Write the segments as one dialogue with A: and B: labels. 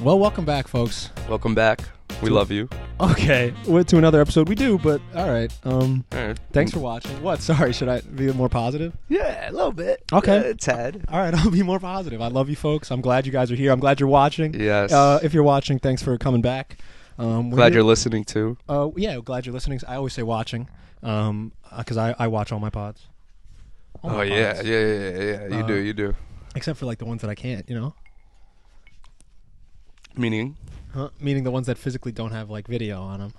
A: Well, welcome back, folks.
B: Welcome back. We love you.
A: Okay, we to another episode. We do, but all right. Um,
B: All right.
A: thanks for watching. What? Sorry, should I be more positive?
B: Yeah, a little bit.
A: Okay.
B: Uh, Tad.
A: All right, I'll be more positive. I love you, folks. I'm glad you guys are here. I'm glad you're watching.
B: Yes.
A: Uh, if you're watching, thanks for coming back. Um, we're
B: Glad
A: here-
B: you're listening too.
A: Uh, yeah, glad you're listening. I always say watching, um, because I, I watch all my pods. All
B: Oh
A: my
B: yeah, yeah,
A: pods.
B: yeah, yeah, yeah. You do,
A: Uh,
B: you do.
A: Except for like the ones that I can't, you know,
B: Meaning,
A: huh? meaning the ones that physically don't have like video on them,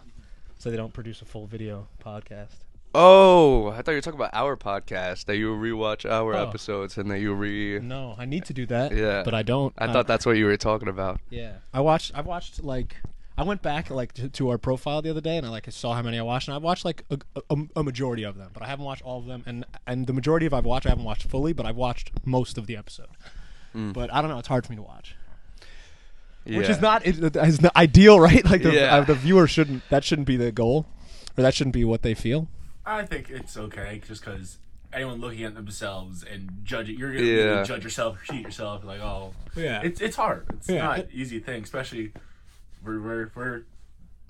A: so they don't produce a full video podcast.
B: oh, I thought you were talking about our podcast that you rewatch our
A: Oh.
B: episodes and that you re.
A: No, I need to do that.
B: Yeah.
A: but I don't.
B: I thought that's what you were talking about.
A: Yeah, I watched. I watched like. I went back like to, to our profile the other day, and I like I saw how many I watched, and I watched like a, a, a majority of them, but I haven't watched all of them, and and the majority of I've watched, I haven't watched fully, but I've watched most of the episode. But I don't know; it's hard for me to watch,
B: Hmm. Yeah.
A: which is not is is not ideal, right? Like the
B: Yeah.
A: uh, the viewer shouldn't that shouldn't be the goal, or that shouldn't be what they feel.
C: I think it's okay, just because anyone looking at themselves and judging, you're gonna
B: Yeah.
C: really judge yourself, shoot yourself, like oh,
A: Yeah.
C: it's it's hard. It's
A: Yeah.
C: not an easy thing, especially we're we're we're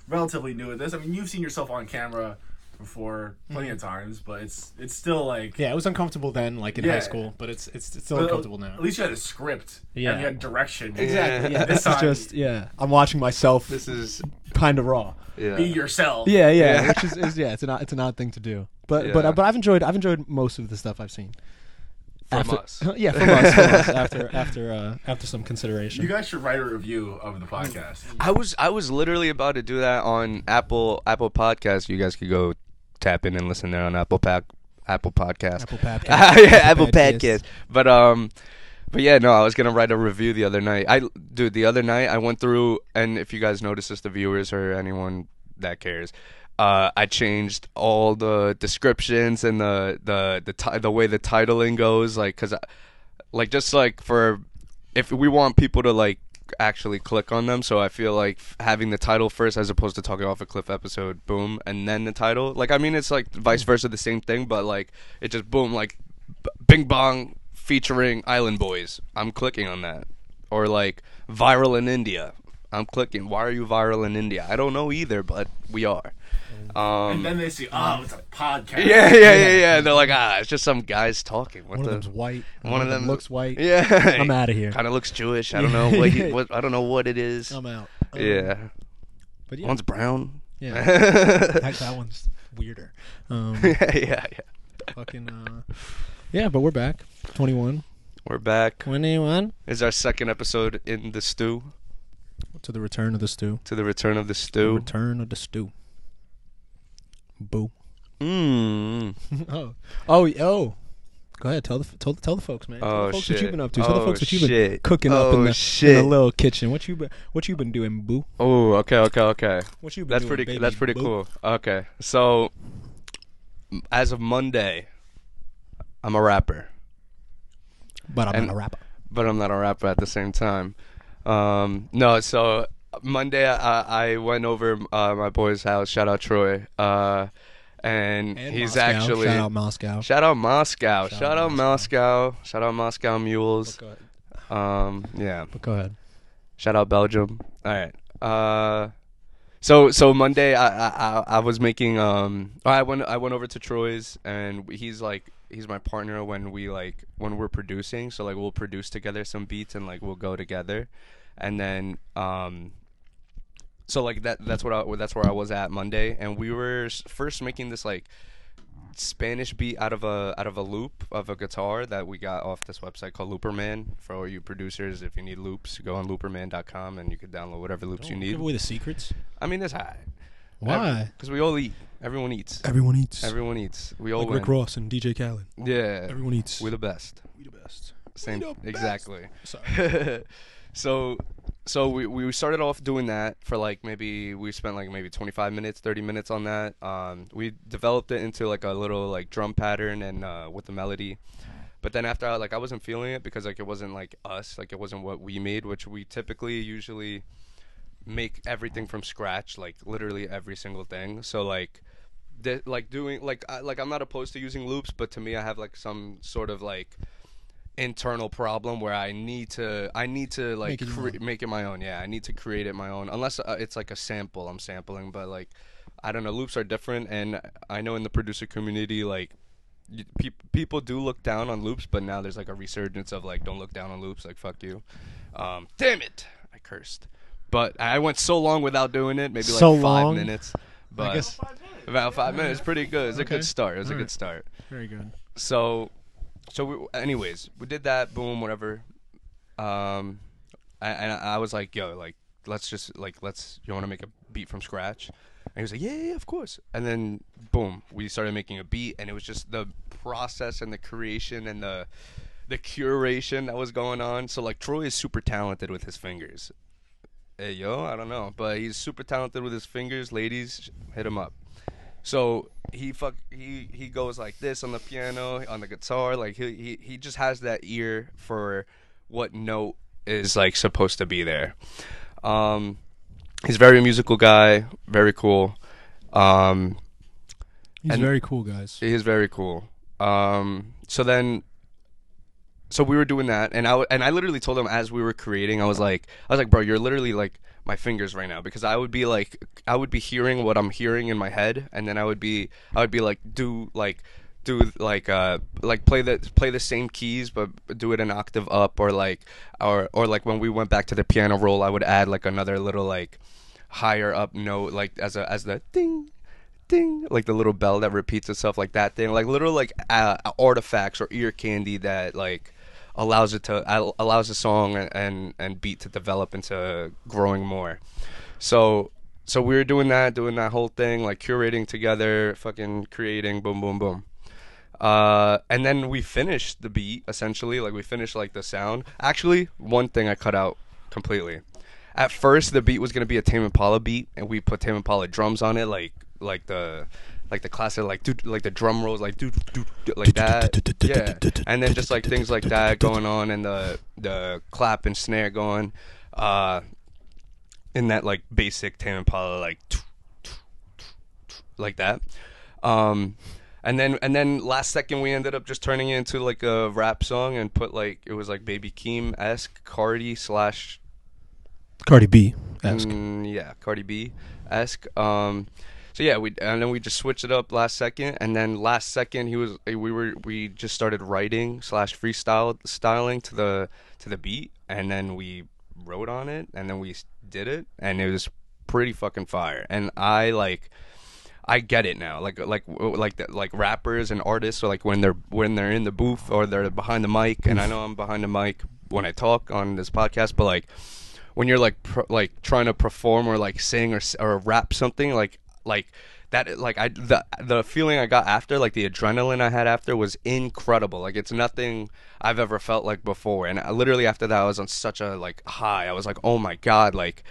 C: relatively new at this. I mean, you've seen yourself on camera before plenty of times, but it's it's still like
A: Hmm. Yeah, it was uncomfortable then, like in
C: Yeah.
A: high school, but it's it's, it's still
C: But
A: uncomfortable now.
C: At least you had a script.
A: Yeah.
C: and you had direction.
B: Exactly, yeah.
C: This
A: This is
C: time,
A: just yeah. I'm watching myself,
B: This is.
A: kind of raw.
B: Yeah.
C: be yourself.
A: Yeah, yeah,
B: Yeah.
A: which is, is yeah, it's an odd- it's an odd thing to do, but but
B: Yeah.
A: but I've enjoyed I've enjoyed most of the stuff I've seen
B: From
A: after,
B: us.
A: yeah, from us, from us after after uh, after some consideration.
C: You guys should write a review of the podcast.
B: I was I was literally about to do that on Apple Apple Podcast. You guys could go tap in and listen there on Apple Pack Apple Podcast.
A: Apple Podcast.
B: yeah, Apple
A: Podcast.
B: Podcast. But um, but yeah, no, I was gonna write a review the other night. I dude, the other night I went through, and if you guys notice this, the viewers or anyone that cares. Uh, I changed all the descriptions and the the the ti- the way the titling goes, like, cause, I, like, just like for if we want people to like actually click on them, so I feel like f- having the title first as opposed to talking off a cliff episode, boom, and then the title. Like, I mean, it's like vice versa, the same thing, but like it just boom, like b- Bing Bong featuring Island Boys. I'm clicking on that, or like viral in India. I'm clicking. Why are you viral in India? I don't know either, but we are.
C: and
B: Um,
C: then they see, oh, it's a podcast.
B: yeah, yeah, yeah, yeah. And they're like, ah, it's just some guys talking. What
A: one
B: the?
A: of them's white. One,
B: one
A: of
B: of
A: them
B: them-
A: looks white.
B: yeah,
A: I'm outta here.
B: Kind of looks Jewish. I don't know what, he, what. I don't know what it is.
A: I'm out. Um,
B: yeah.
A: but yeah,
B: One's brown.
A: yeah.
B: yeah,
A: That, that one's weirder. Um,
B: yeah, yeah.
A: fucking uh, yeah, but we're back. 21.
B: We're back.
A: 21
B: This is our second episode in the stew
A: to the return of the stew.
B: to the return of the stew.
A: Return of the stew. Boo.
B: Mmm.
A: oh, oh, y- oh. Go ahead, tell the f- tell, tell the folks, man. Tell
B: Oh,
A: the folks what
B: shit.
A: you've been up to. Tell the
B: Oh,
A: folks what you've been
B: shit.
A: cooking up in
B: Oh,
A: the, in the
B: shit.
A: little kitchen. What you been what you been doing, boo?
B: Oh, okay, okay, okay.
A: What you been
B: That's
A: doing,
B: pretty.
A: baby
B: that's pretty
A: boo?
B: cool. Okay, so m- as of Monday, I'm a rapper,
A: But I'm
B: And-
A: not a rapper.
B: but I'm not a rapper at the same time. Um, no, so Monday I, I went over uh, my boy's house. Shout out Troy. Uh, and,
A: And
B: he's
A: Moscow.
B: actually
A: shout out Moscow.
B: Shout out Moscow. Shout,
A: out
B: out Moscow. Shout out Moscow Mules.
A: go, ahead.
B: Um, yeah.
A: But go ahead.
B: Shout out Belgium. All right. Uh, so so Monday I I, I- I was making um I went I went over to Troy's and he's like he's my partner when we like when we're producing so like we'll produce together some beats and like we'll go together, and then um so like that that's what I, that's where I was at Monday, and we were s- first making this like Spanish beat out of a out of a loop of a guitar that we got off this website called Looperman. For all you producers, if you need loops, go on looperman.com and you can download whatever loops you need.
A: Give away the secrets.
B: I mean, it's high.
A: Why?
B: Because we all eat. Everyone eats.
A: Everyone eats.
B: Everyone eats. We all
A: like Rick
B: win.
A: Ross and DJ Khaled.
B: Yeah,
A: Everyone eats.
B: we're the best.
A: we the best.
B: Same.
A: the best.
B: Exactly.
A: Sorry.
B: so so we, we started off doing that for like maybe we spent like maybe 25 minutes 30 minutes on that um, we developed it into like a little like drum pattern and uh, with the melody but then after I, like i wasn't feeling it because like it wasn't like us like it wasn't what we made which we typically usually make everything from scratch like literally every single thing so like th- like doing like I, like i'm not opposed to using loops but to me i have like some sort of like internal problem where I need to I need to like
A: Make it your
B: cre-
A: own.
B: make it my own. Yeah, I need to create it my own. Unless uh, it's like a sample I'm sampling, but like I don't know, loops are different and I know in the producer community like y- peop people do look down on loops, but now there's like a resurgence of like don't look down on loops, like fuck you. Um, damn it, I cursed. But I went so long without doing it, maybe like
A: So
B: five
A: long?
B: minutes. But
A: guess-
C: Five minutes.
B: about five minutes, pretty good. It's a
A: Okay.
B: good start. It was a
A: Alright.
B: good start.
A: Very good.
B: So, so we, anyways, we did that. Boom, whatever. Um, I- and I, I was like, yo, like, let's just like, let's. You want to make a beat from scratch? And he was like, yeah, yeah, of course. And then, boom, we started making a beat, and it was just the process and the creation and the the curation that was going on. So like, Troy is super talented with his fingers. Hey, yo, I don't know, but he's super talented with his fingers. Ladies, hit him up. So he fuck he he goes like this on the piano, on the guitar, like he he he just has that ear for what note is like supposed to be there. Um he's a very musical guy, very cool. Um
A: He's
B: And-
A: very cool, guys.
B: he is very cool. Um, so then, so we were doing that, and I w- and I literally told him as we were creating, I was like, I was like, bro, you're literally like my fingers right now because I would be like, I would be hearing what I'm hearing in my head, and then I would be, I would be like, do like. Do like uh like play the play the same keys but do it an octave up or like or or like when we went back to the piano roll I would add like another little like higher up note like as a as the ding ding like the little bell that repeats itself like that thing like little like uh, artifacts or ear candy that like allows it to al- allows the song and and beat to develop into growing more so so we were doing that doing that whole thing like curating together fucking creating boom boom boom uh, and then we finished the beat essentially like we finished like the sound actually one thing i cut out completely at first the beat was gonna be a tame impala beat and we put tame impala drums on it like like the like the classic like do like the drum rolls like do do do, like that yeah and then just like things like that going on and the the clap and snare going uh in that like basic tame impala like like that. Um, and then and then last second we ended up just turning it into like a rap song and put like it was like Baby Keem esque Cardi slash
A: Cardi B. Ask.
B: mm, yeah Cardi B esque. Um, so yeah we and then we just switched it up last second and then last second he was eh, we were we just started writing slash freestyle styling to the to the beat and then we wrote on it and then we s- did it and it was pretty fucking fire and I like. I get it now. Like like like the, like rappers and artists, or like when they're when they're in the booth or they're behind the mic. And I know I'm behind the mic when I talk on this podcast, but like when you're like pr- like trying to perform or like sing or s- or rap something, like like that like I the the feeling I got after, like the adrenaline I had after was incredible. Like it's nothing I've ever felt like before. And I, literally after that, I was on such a like high. I was like, oh my god, like.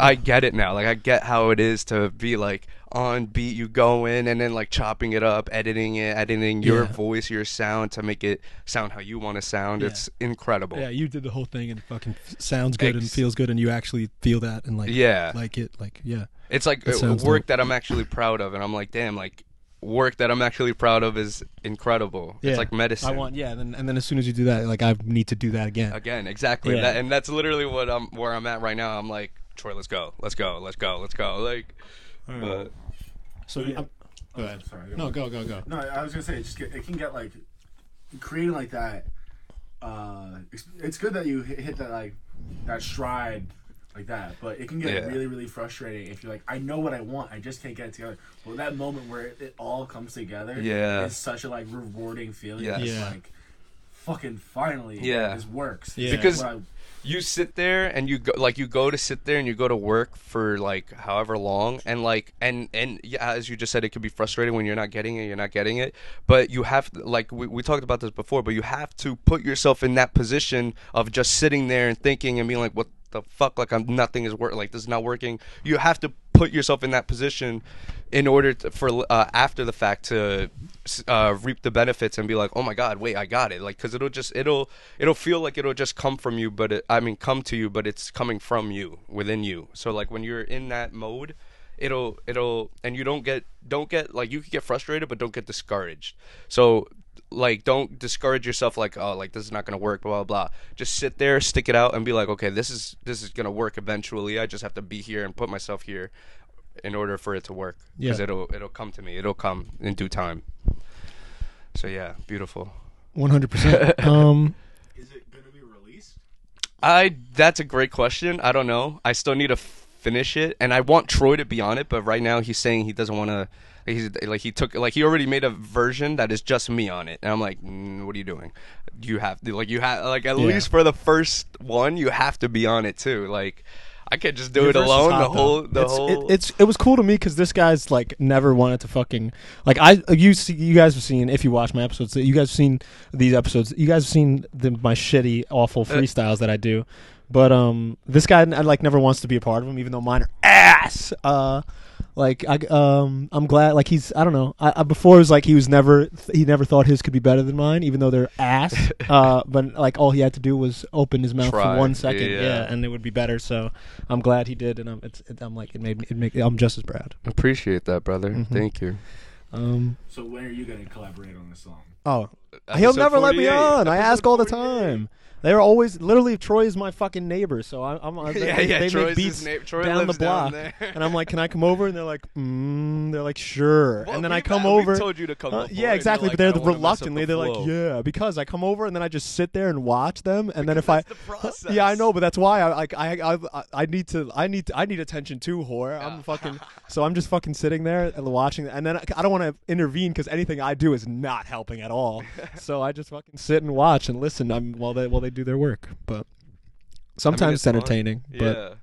B: I get it now. Like I get how it is to be like on beat, you go in and then like chopping it up, editing it, editing your
A: Yeah.
B: voice, your sound to make it sound how you want to sound. It's incredible.
A: Yeah, you did the whole thing and it fucking f- sounds good and
B: Ex-
A: feels good and you actually feel that and like
B: Yeah.
A: like it like yeah.
B: It's like
A: That
B: uh,
A: sounds
B: work
A: dope.
B: that I'm actually proud of, and I'm like, damn, like work that I'm actually proud of is incredible.
A: yeah.
B: It's like medicine.
A: I want yeah, and then, and then as soon as you do that, like I need to do that again.
B: Again, exactly.
A: Yeah.
B: That, and that's literally what I'm where I'm at right now. I'm like, Troy, let's go, let's go, let's go, let's go. Like, but- Oh,
A: So
C: Yeah.
A: I'm- go ahead.
C: Sorry.
A: No, go go go.
C: No, I I was gonna say it just get, it can get like creating like that. Uh, it's, it's good that you hit, hit that like that stride like that, but it can get
B: Yeah.
C: really really frustrating if you're like, I know what I want, I just can't get it together. Well, that moment where it, it all comes together,
B: Yeah.
C: is such a like rewarding feeling.
B: Yes.
C: It's
A: Yeah.
C: Like, fucking finally,
B: Yeah.
C: this works.
A: Yeah.
C: This is
B: Because-
C: what I-
B: you sit there and you go like you go to sit there and you go to work for like however long and like and and yeah as you just said it could be frustrating when you're not getting it you're not getting it but you have like we, we talked about this before but you have to put yourself in that position of just sitting there and thinking and being like what the fuck like I'm nothing is work like this is not working you have to put yourself in that position in order to, for uh, after the fact to s- uh, reap the benefits and be like, oh my god, wait, I got it. Like, because it'll just it'll it'll feel like it'll just come from you, but it, I mean, come to you, but it's coming from you within you. So like when you're in that mode, it'll it'll and you don't get don't get like you could get frustrated, but don't get discouraged. So like don't discourage yourself like oh like this is not gonna work blah blah blah. Just sit there, stick it out, and be like okay this is this is gonna work eventually. I just have to be here and put myself here in order for it to work because
A: Yeah.
B: it'll it'll come to me. It'll come in due time. So yeah, beautiful.
A: One hundred percent. Um,
C: Is it gonna be released?
B: I that's a great question. I don't know. I still need to finish it, and I want Troy to be on it, but right now he's saying he doesn't want to. He's like he took like he already made a version that is just me on it, and I'm like, mm, what are you doing? You have to like you have like at
A: Yeah.
B: least for the first one you have to be on it too. Like I can't just do
A: Your
B: it
A: verse is
B: alone.
A: hot,
B: The
A: though.
B: whole the
A: it's,
B: whole
A: It, it's it was cool to me because this guy's like never wanted to fucking like I you see you guys have seen if you watch my episodes you guys have seen these episodes you guys have seen the, my shitty
B: Uh,
A: awful freestyles that I do, but um this guy I, like never wants to be a part of them even though mine are ass uh. Like I um I'm glad like he's I don't know I, I before it was like he was never he never thought his could be better than mine even though they're ass uh but like all he had to do was open his mouth
B: Try.
A: for one second
B: Yeah.
A: yeah and it would be better. So I'm glad he did, and I'm it's, it, I'm like it made me it make I'm just as proud.
B: appreciate that, brother.
A: Mm-hmm.
B: Thank you.
A: Um,
C: So when are you gonna collaborate on this song?
A: oh, he'll
B: Episode
A: never let me
B: 48.
A: on. I
B: Episode
A: ask all the
B: 48.
A: time. They're always literally Troy is my fucking neighbor, so I, I'm I, they,
B: Yeah,
A: they-
B: yeah,
A: they
B: Troy's
A: make
B: his
A: beats
B: neigh- Troy
A: down the
B: lives down
A: block,
B: there.
A: and I'm like, can I come over? And they're like, mm, they're like, sure,
B: Well,
A: and then I
B: we've-
A: come
B: we've
A: over.
B: told you to come
A: Uh,
B: over, and
A: yeah,
B: you're
A: exactly.
B: like,
A: but they're
B: "I don't wanna mess
A: reluctantly.
B: up the
A: they're
B: flow."
A: like, yeah, because I come over and then I just sit there and watch them, and then if I,
B: Because that's the
A: yeah, I
B: process.
A: know, but that's why I like I I I- I need to I need to, I need attention too, whore. I'm fucking so I'm just fucking sitting there and watching, and then I, I don't want to intervene because anything I do is not helping at all. so I just fucking sit and watch and listen um, while they while they do their work, but. Sometimes
B: I mean,
A: it's
B: fun.
A: entertaining, but
B: yeah.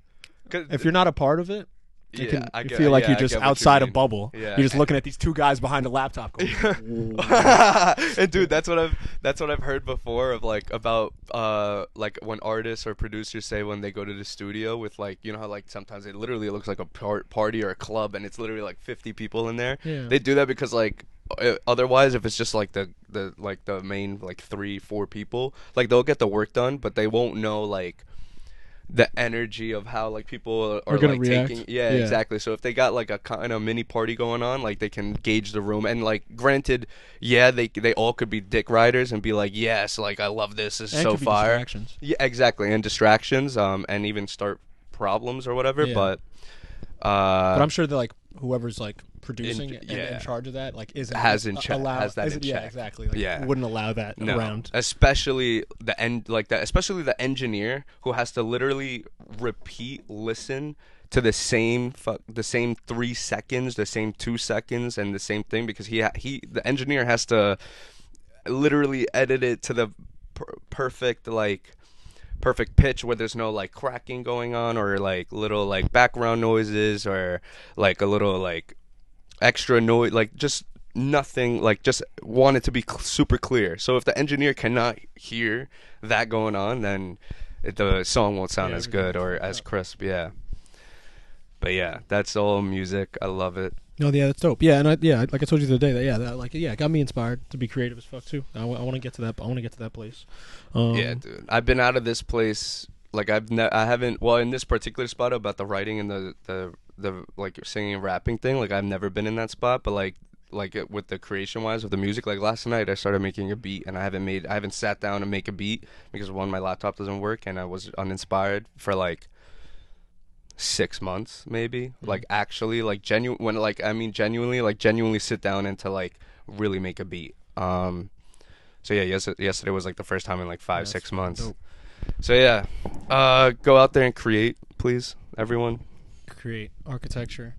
B: 'Cause-
A: if you're not a part of it, you
B: Yeah,
A: can
B: I
A: you
B: get-
A: feel like
B: yeah, I
A: you're just
B: get what you
A: outside a
B: mean.
A: bubble.
B: Yeah.
A: You're just looking at these two guys behind a laptop. Going, "Whoa."
B: and dude, that's what I've that's what I've heard before of like about uh like when artists or producers say when they go to the studio with like you know how like sometimes it literally looks like a par- party or a club and it's literally like 50 people in there.
A: Yeah.
B: They do that because like uh, otherwise if it's just like the the like the main like 3 4 people, like they'll get the work done but they won't know like the energy of how like people are
A: gonna
B: like
A: react.
B: taking yeah,
A: Yeah.
B: exactly so if they got like a kind of mini party going on like they can gauge the room and like granted yeah they they all could be dick riders and be like yes like i love this this is
A: And it
B: so
A: could be
B: fire
A: distractions.
B: yeah exactly and distractions um and even start problems or whatever
A: Yeah.
B: but uh
A: But I'm sure that like whoever's like producing
B: In-
A: and
B: yeah.
A: in charge of that like isn't
B: Has in check-
A: allow,
B: has that
A: isn't-
B: in
A: yeah
B: check.
A: exactly like,
B: Yeah.
A: wouldn't allow that
B: No.
A: around
B: Especially the end, like that. Especially the engineer who has to literally repeat, listen to the same fuck, the same three seconds, the same two seconds, and the same thing because he ha- he the engineer has to literally edit it to the per- perfect like perfect pitch where there's no like cracking going on or like little like background noises or like a little like extra noise, like just nothing, like just want it to be cl- super clear. So if the engineer cannot hear that going on, then it, the song won't sound
A: Yeah,
B: as good or as crisp. Yeah. But yeah, that's all music. I love it.
A: no yeah that's dope yeah and I, yeah like I told you the other day that yeah that like yeah it got me inspired to be creative as fuck too I, want to get to that I want to get to that place um,
B: yeah, dude. I've been out of this place. Like I've ne- I haven't. Well, in this particular spot about the writing and the the the like singing and rapping thing. Like I've never been in that spot, but like like it- with the creation wise with the music like last night i started making a beat and i haven't made i haven't sat down to make a beat because one my laptop doesn't work and i was uninspired for like six months maybe
A: Mm-hmm.
B: like actually like genuine when like i mean genuinely like genuinely sit down and to like really make a beat um so yeah yes yesterday was like the first time in like five six months
A: dope.
B: so yeah uh go out there and create please everyone
A: create architecture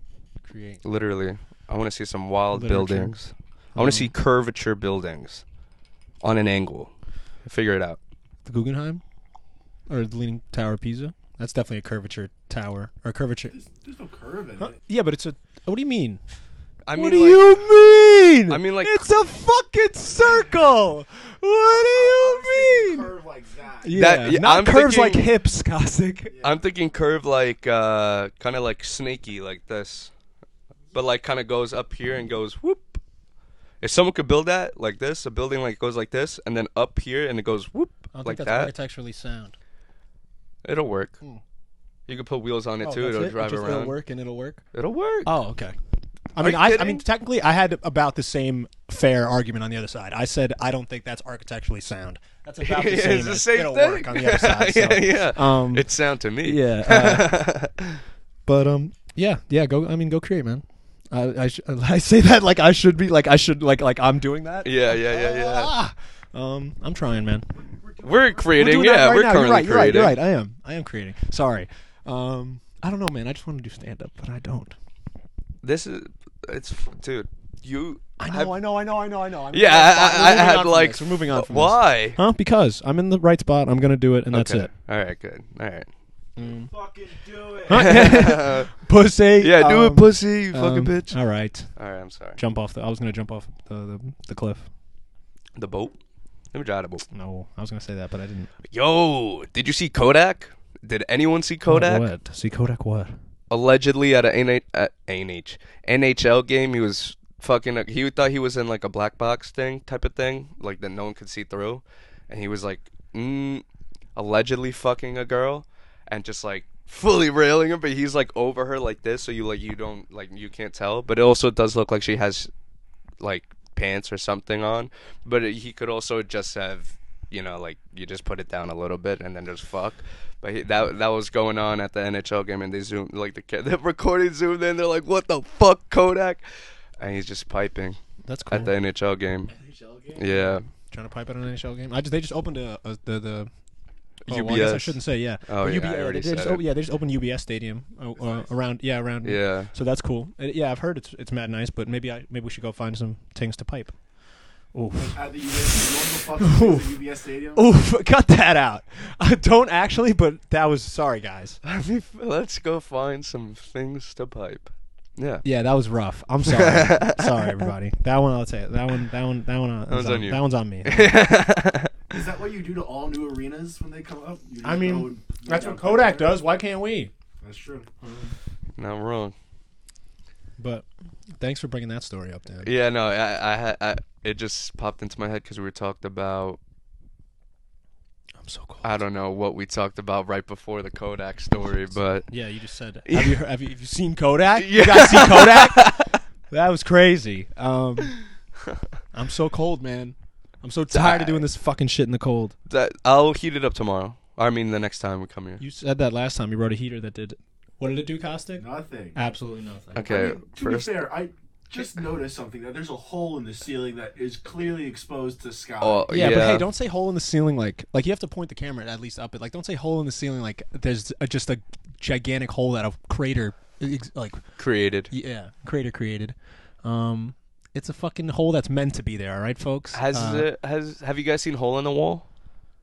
A: create
B: literally i want to see some wild
A: Literature.
B: buildings i
A: Um,
B: want to see curvature buildings on an angle figure it out
A: the Guggenheim or the Leaning Tower of Pisa that's definitely a curvature tower or curvature
C: There's, there's no curve in it.
A: yeah but it's a what do you mean
B: i mean
A: what do
B: like,
A: you mean?
B: I mean, like-
A: it's a fucking circle. What do you mean?
C: Curve like that.
A: Yeah,
B: yeah,
A: not
B: I'm
A: curves
B: thinking-
A: like hips, Cossack.
B: i'm thinking curve like uh kind of like snaky like this but like kind of goes up here and goes whoop if someone could build that like this a building like goes like this and then up here and it goes whoop
A: I don't
B: like
A: think that's Hmm.
B: that
A: architecturally sound.
B: It'll work.
A: Oh,
B: You can put wheels on it too. It'll drive
A: just,
B: around.
A: It'll work and it'll work.
B: It'll work.
A: Oh, okay. I mean,
B: you
A: I, I
B: kidding?
A: mean, technically, I had about the same fair argument on the other side. I said I don't think that's architecturally sound. That's about the same.
B: it's the
A: as
B: same
A: it'll
B: thing.
A: work on the other side. So.
B: yeah, yeah.
A: Um,
B: it sound to me.
A: yeah. uh, but um, yeah, yeah. Go. I mean, go create, man. I I, sh- I say that like I should be like I should like like I'm doing that.
B: yeah, yeah, yeah, yeah.
A: Ah! um, I'm trying, man.
B: We're creating.
A: doing that
B: yeah,
A: right
B: we're
A: now.
B: currently
A: you're right, you're right,
B: creating.
A: you're right. I am. I am creating. Sorry. Um, I don't know, man. I just want to do stand up, but I don't.
B: This is. It's dude. You.
A: I
B: have-
A: know, I know, I know, I know, I know. I'm-
B: Yeah,
A: we're
B: I, I, I
A: moving on
B: had
A: from
B: like.
A: this. we're moving on from this.
B: Why?
A: Huh? Because I'm in the right spot. I'm gonna do it, and that's
B: Okay.
A: it.
B: All right. Good. All right.
C: Fucking do it.
A: pussy.
B: Yeah, do
A: Um,
B: it, pussy, you fucking
A: um,
B: bitch.
A: All right,
B: All right, I'm sorry.
A: jump off the. I was gonna jump off the the, the cliff.
B: The boat. Let me try the boat.
A: No, I was gonna say that, but I didn't.
B: Yo, did you see Kodak? Did anyone see Kodak?
A: What? See Kodak what?
B: Allegedly at an NH, uh, NH NHL game, he was fucking. He thought he was in like a black box thing type of thing, like that no one could see through, and he was like, mm, allegedly fucking a girl, and just like fully railing her, but he's like over her like this, so you like you don't like you can't tell, but it also does look like she has like pants or something on, but it- he could also just have you know like you just put it down a little bit and then just fuck. But he, that that was going on at the NHL game and they zoomed like the ca- the recording zoomed in. They're like, "What the fuck, Kodak?" And he's just piping
A: That's cool.
B: at the NHL game.
C: NHL game?
B: Yeah,
A: Trying to pipe out an NHL game. I just they just opened a, a the the. Oh, well, I guess I
B: UBS.
A: shouldn't say yeah.
B: Oh,
A: But
B: yeah,
A: UBS,
B: I already
A: they
B: said
A: just,
B: it.
A: Oh yeah, they just opened UBS Stadium uh, uh, around yeah around
B: yeah.
A: So that's cool. Uh, yeah, I've heard it's it's mad nice, but maybe I maybe we should go find some things to pipe. Oof.
C: At the UBS, you know what the fuck is the UBS stadium?
A: Oof, cut that out. I don't actually, but that was sorry guys.
B: Let's go find some things to pipe. Yeah.
A: Yeah, that was rough. I'm sorry. sorry everybody. That one I'll take. That one that one that one uh, is
B: one's on you.
A: That one's on me.
C: Is that what you do to all new arenas when they come up? You just
A: I mean,
C: go and-
A: does. Why can't we?
C: That's true.
B: Not wrong.
A: But thanks for bringing that story up, Dan.
B: Yeah, no, I, I, had- I it just popped into my head because we were talked about
A: I'm so cold.
B: I don't know what we talked about right before the Kodak story, but
A: Yeah, you just said. Have you have you, have you seen Kodak?
B: Yeah.
A: You guys see Kodak? that was crazy. Um, I'm so cold, man. I'm so tired of doing this fucking shit in the cold.
B: that I'll heat it up tomorrow. I mean, the next time we come here.
A: You said that last time. You wrote a heater that did. What did it do, Caustic?
C: Nothing.
A: Absolutely nothing.
B: Okay,
C: I mean, to
B: Uh, first.
C: be fair, I just noticed something that there's a hole in the ceiling that is clearly exposed to sky.
B: Oh
A: uh, Yeah, but hey, don't say hole in the ceiling like like you have to point the camera at least up it. Like don't say hole in the ceiling like there's a, just a gigantic hole that a crater ex- like
B: created.
A: yeah crater created. Um, it's a fucking hole that's meant to be there. All right, folks.
B: Has
A: Uh,
B: it, has have you guys seen Hole in the Wall?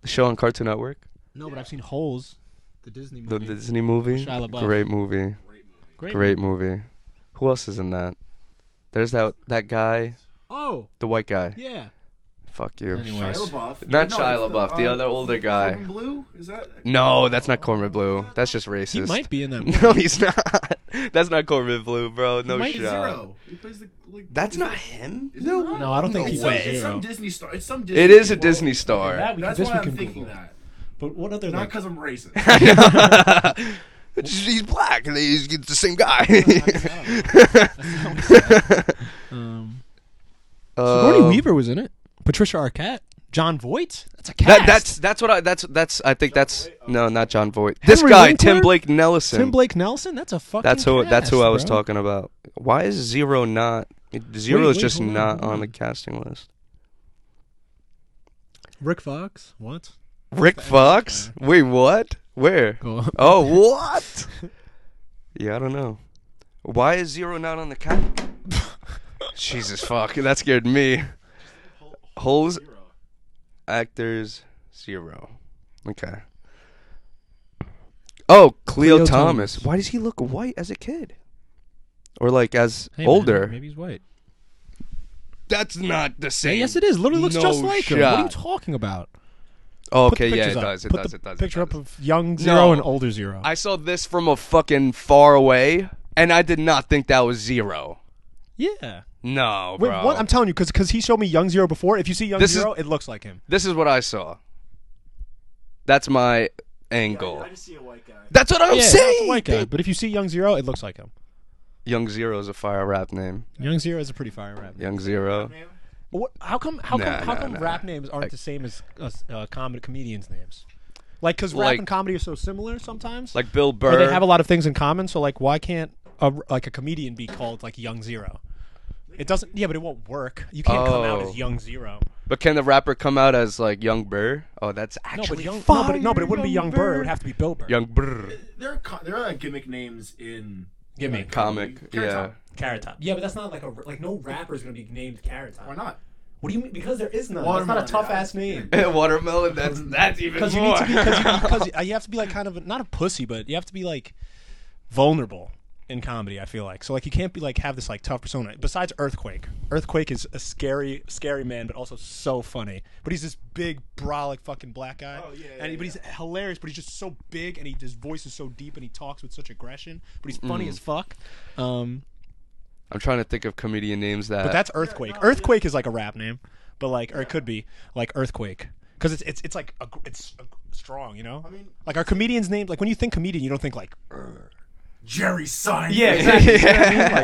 B: The show on Cartoon Network,
A: No, but I've seen holes. The Disney
B: the
A: movie.
B: Disney movie.
A: Shia LaBeouf.
B: Great movie.
A: Great.
B: Great movie. Who else is in that? There's that that guy,
A: Oh,
B: the white guy.
A: yeah.
B: Fuck you.
C: Shia
A: Anyways.
C: LaBeouf.
B: Not
C: No,
B: Shia
C: it's
B: LaBeouf, the
C: uh,
B: other older guy.
C: Corbin Blue? Is that?
B: No, that's not Cornbread Blue. That's just racist.
A: He might be in that movie.
B: No, he's not. That's not Cornbread Blue, bro. No
A: might
B: shot.
A: be
C: Zero. He plays the like.
B: That's
C: is
B: not
C: it-
B: him.
C: is it not?
A: No, I don't think
B: No
A: he's
C: It's
B: way.
C: some,
A: in
C: it's some
A: zero.
C: Disney star. It's some Disney.
B: It is a
C: well,
B: Disney star.
A: That we can-
C: That's
A: this
C: why
A: we
C: I'm
A: can
C: thinking
A: Google.
C: that.
A: But what other
C: Not
A: like?
C: because I'm racist.
B: Just- he's black. and He's it's the same guy.
A: Um,
B: Um,
A: Sigourney Weaver was in it. Patricia Arquette. John Voight. That's a cast.
B: That, that's that's what I that's that's I think that's no not John Voight.
A: Henry
B: This guy
A: Winkler?
B: Tim Blake Nellison.
A: Tim Blake Nelson. That's a fucking.
B: That's who that's who
A: cast,
B: I was
A: bro.
B: talking about. Why is zero not zero
A: Wait,
B: is
A: wait,
B: just
A: hold on,
B: not
A: hold
B: on
A: on.
B: the casting list.
A: Rick Fox. What?
B: Rick Fox? Wait, what? Where?
A: Go up.
B: Oh, what? yeah, I don't know. Why is zero not on the count? Jesus fuck, that scared me. Holes, actors, zero. Okay. Oh,
A: Cleo
B: Cleo, Thomas.
A: Thomas.
B: Why does he look white as a kid? Or like as
A: Hey, man,
B: older?
A: maybe he's white.
B: That's not the
A: Yeah,
B: same.
A: yes, it is. Literally looks
B: No
A: just like him. What are you
B: shot.
A: talking about?
B: Oh,
A: Put the
B: okay, yeah, it
A: pictures up.
B: does, it
A: Put
B: does.
A: the
B: It does. It
A: Picture
B: does.
A: up of young zero and
B: No.
A: older zero.
B: I saw this from a fucking far away, and I did not think that was zero.
A: yeah.
B: No,
A: Wait,
B: bro.
A: what? I'm telling you, because he showed me Young Zero before. If you see Young
B: This is-
A: Zero, it looks like him.
B: this is what I saw. That's my angle.
C: see a white guy.
B: that's what I'm
A: yeah, that's
B: saying.
A: a white guy. But if you see Young Zero, it looks like him.
B: Young Zero is a fire rap name.
A: Young Zero is a pretty fire rap. name.
B: Young Zero.
A: But What, how come? How come?
B: Nah,
A: how
B: nah,
A: come
B: nah,
A: rap
B: nah.
A: names aren't the same as as, uh, comedy comedians' names? Like, because rap
B: Like-
A: and comedy are so similar sometimes.
B: Like Bill
A: or
B: Burr.
A: they have a lot of things in common. So, like, why can't a, like a comedian be called like Young Zero? It doesn't. Yeah, but it won't work. You can't come out
B: Oh.
A: as Young Zero.
B: but can the rapper come out as like Young Burr? Oh, that's
A: No,
B: actually
A: but young,
B: fire,
A: no, but, no, but it wouldn't be Young Burr. It would have to be Bill Burr.
B: Young Burr.
C: There are co- there are like gimmick names in
A: Gimmick.
B: Comic,
C: Carrot
B: yeah.
C: Top.
A: Carrot Top. Yeah, but that's not like a like no rapper is gonna be named Carrot Top.
C: Why not?
A: What do you mean? Because there is none.
C: Watermelon.
A: That's not a tough ass name.
B: Watermelon. That's that's even
A: Because you need to be because you, 'cause you- you have to be like kind of not a pussy, but you have to be like vulnerable in comedy. I feel like so like you can't be like have this like tough persona. Besides Earthquake, Earthquake is a scary scary man, but also so funny. But he's this big brolic fucking black guy.
C: Oh, yeah,
A: and he,
C: yeah,
A: but he's hilarious. But he's just so big, and he his voice is so deep, and he talks with such aggression. But he's
C: Mm.
A: funny as fuck. Um,
B: I'm trying to think of comedian names that.
A: but that's earthquake. earthquake is like a rap name, but like, or it could be like earthquake, because it's it's it's like a, gr- it's a, gr- strong, you know. I
C: mean-
A: like our comedians' names. Like when you think comedian, you don't think like. "Urgh."
C: Jerry Seinfeld.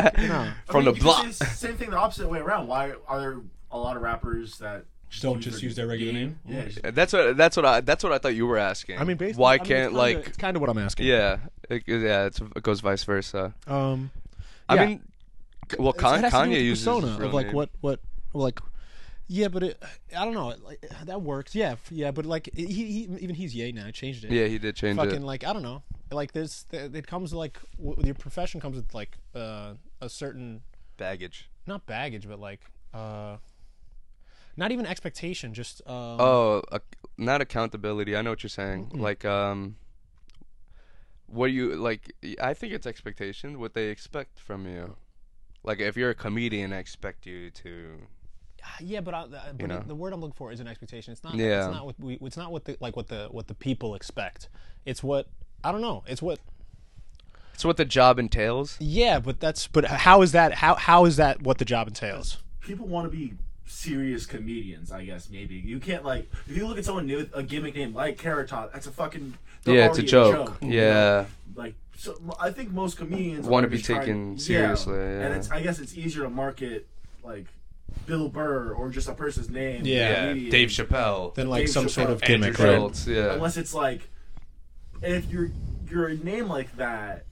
A: Like, no.
B: From the
C: you could
B: block.
C: say the Same thing, the opposite way around. Why are there a lot of rappers that
A: Don't just use their regular name?
C: Yeah, just-
B: That's what that's what I that's what I thought you were asking.
A: I mean, basically,
B: why
A: I mean, it's
B: can't
A: kinda-
B: like
A: it's kind of what I'm asking.
B: yeah it, yeah it's, it goes vice versa.
A: Um,
B: I
A: Yeah.
B: mean, well,
A: so it
B: Con-
A: has to do with
B: Kanye
A: the
B: uses
A: persona
B: his
A: of
B: real
A: like
B: name.
A: what what like. Yeah, but it, I don't know. Like that works. Yeah, f- yeah, but like he, he even he's yay now. I changed it.
B: Yeah, he did change
A: fucking
B: it.
A: like I don't know. Like there's it comes like w- your profession comes with like uh, a certain
B: Baggage.
A: not baggage, but like uh not even expectation, just um
B: Oh, ac not accountability. I know what you're saying.
A: Mm-hmm.
B: Like, um, what do you like? I think it's expectation. What they expect from you. Like, if you're a comedian, I expect you to.
A: yeah, but, I, I- but
B: know.
A: the word I'm looking for is an expectation. It's not
B: Yeah.
A: it's not what we it's not what the like what the what the people expect. It's what I don't know. It's what
B: It's what the job entails.
A: yeah, but that's but how is that how how is that what the job entails?
C: people want to be serious comedians, I guess. Maybe you can't like if you look at someone new with a gimmick name like Carrot Top, that's a fucking they're
B: Yeah, it's a
C: already
B: joke.
C: you
B: Yeah.
C: know? Like so, I think most comedians
B: Wanna
C: are
B: be
C: trying-
B: taken
C: yeah,
B: seriously, yeah.
C: and it's I guess it's easier to market like Bill Burr or just a person's name.
A: Yeah.
C: comedian.
B: Dave Chappelle.
A: Then like
C: Dave
A: some sort
C: Chappelle,
A: of gimmick,
B: Andrew
A: right?
B: Schultz, yeah.
C: unless it's like if you're you're a name like that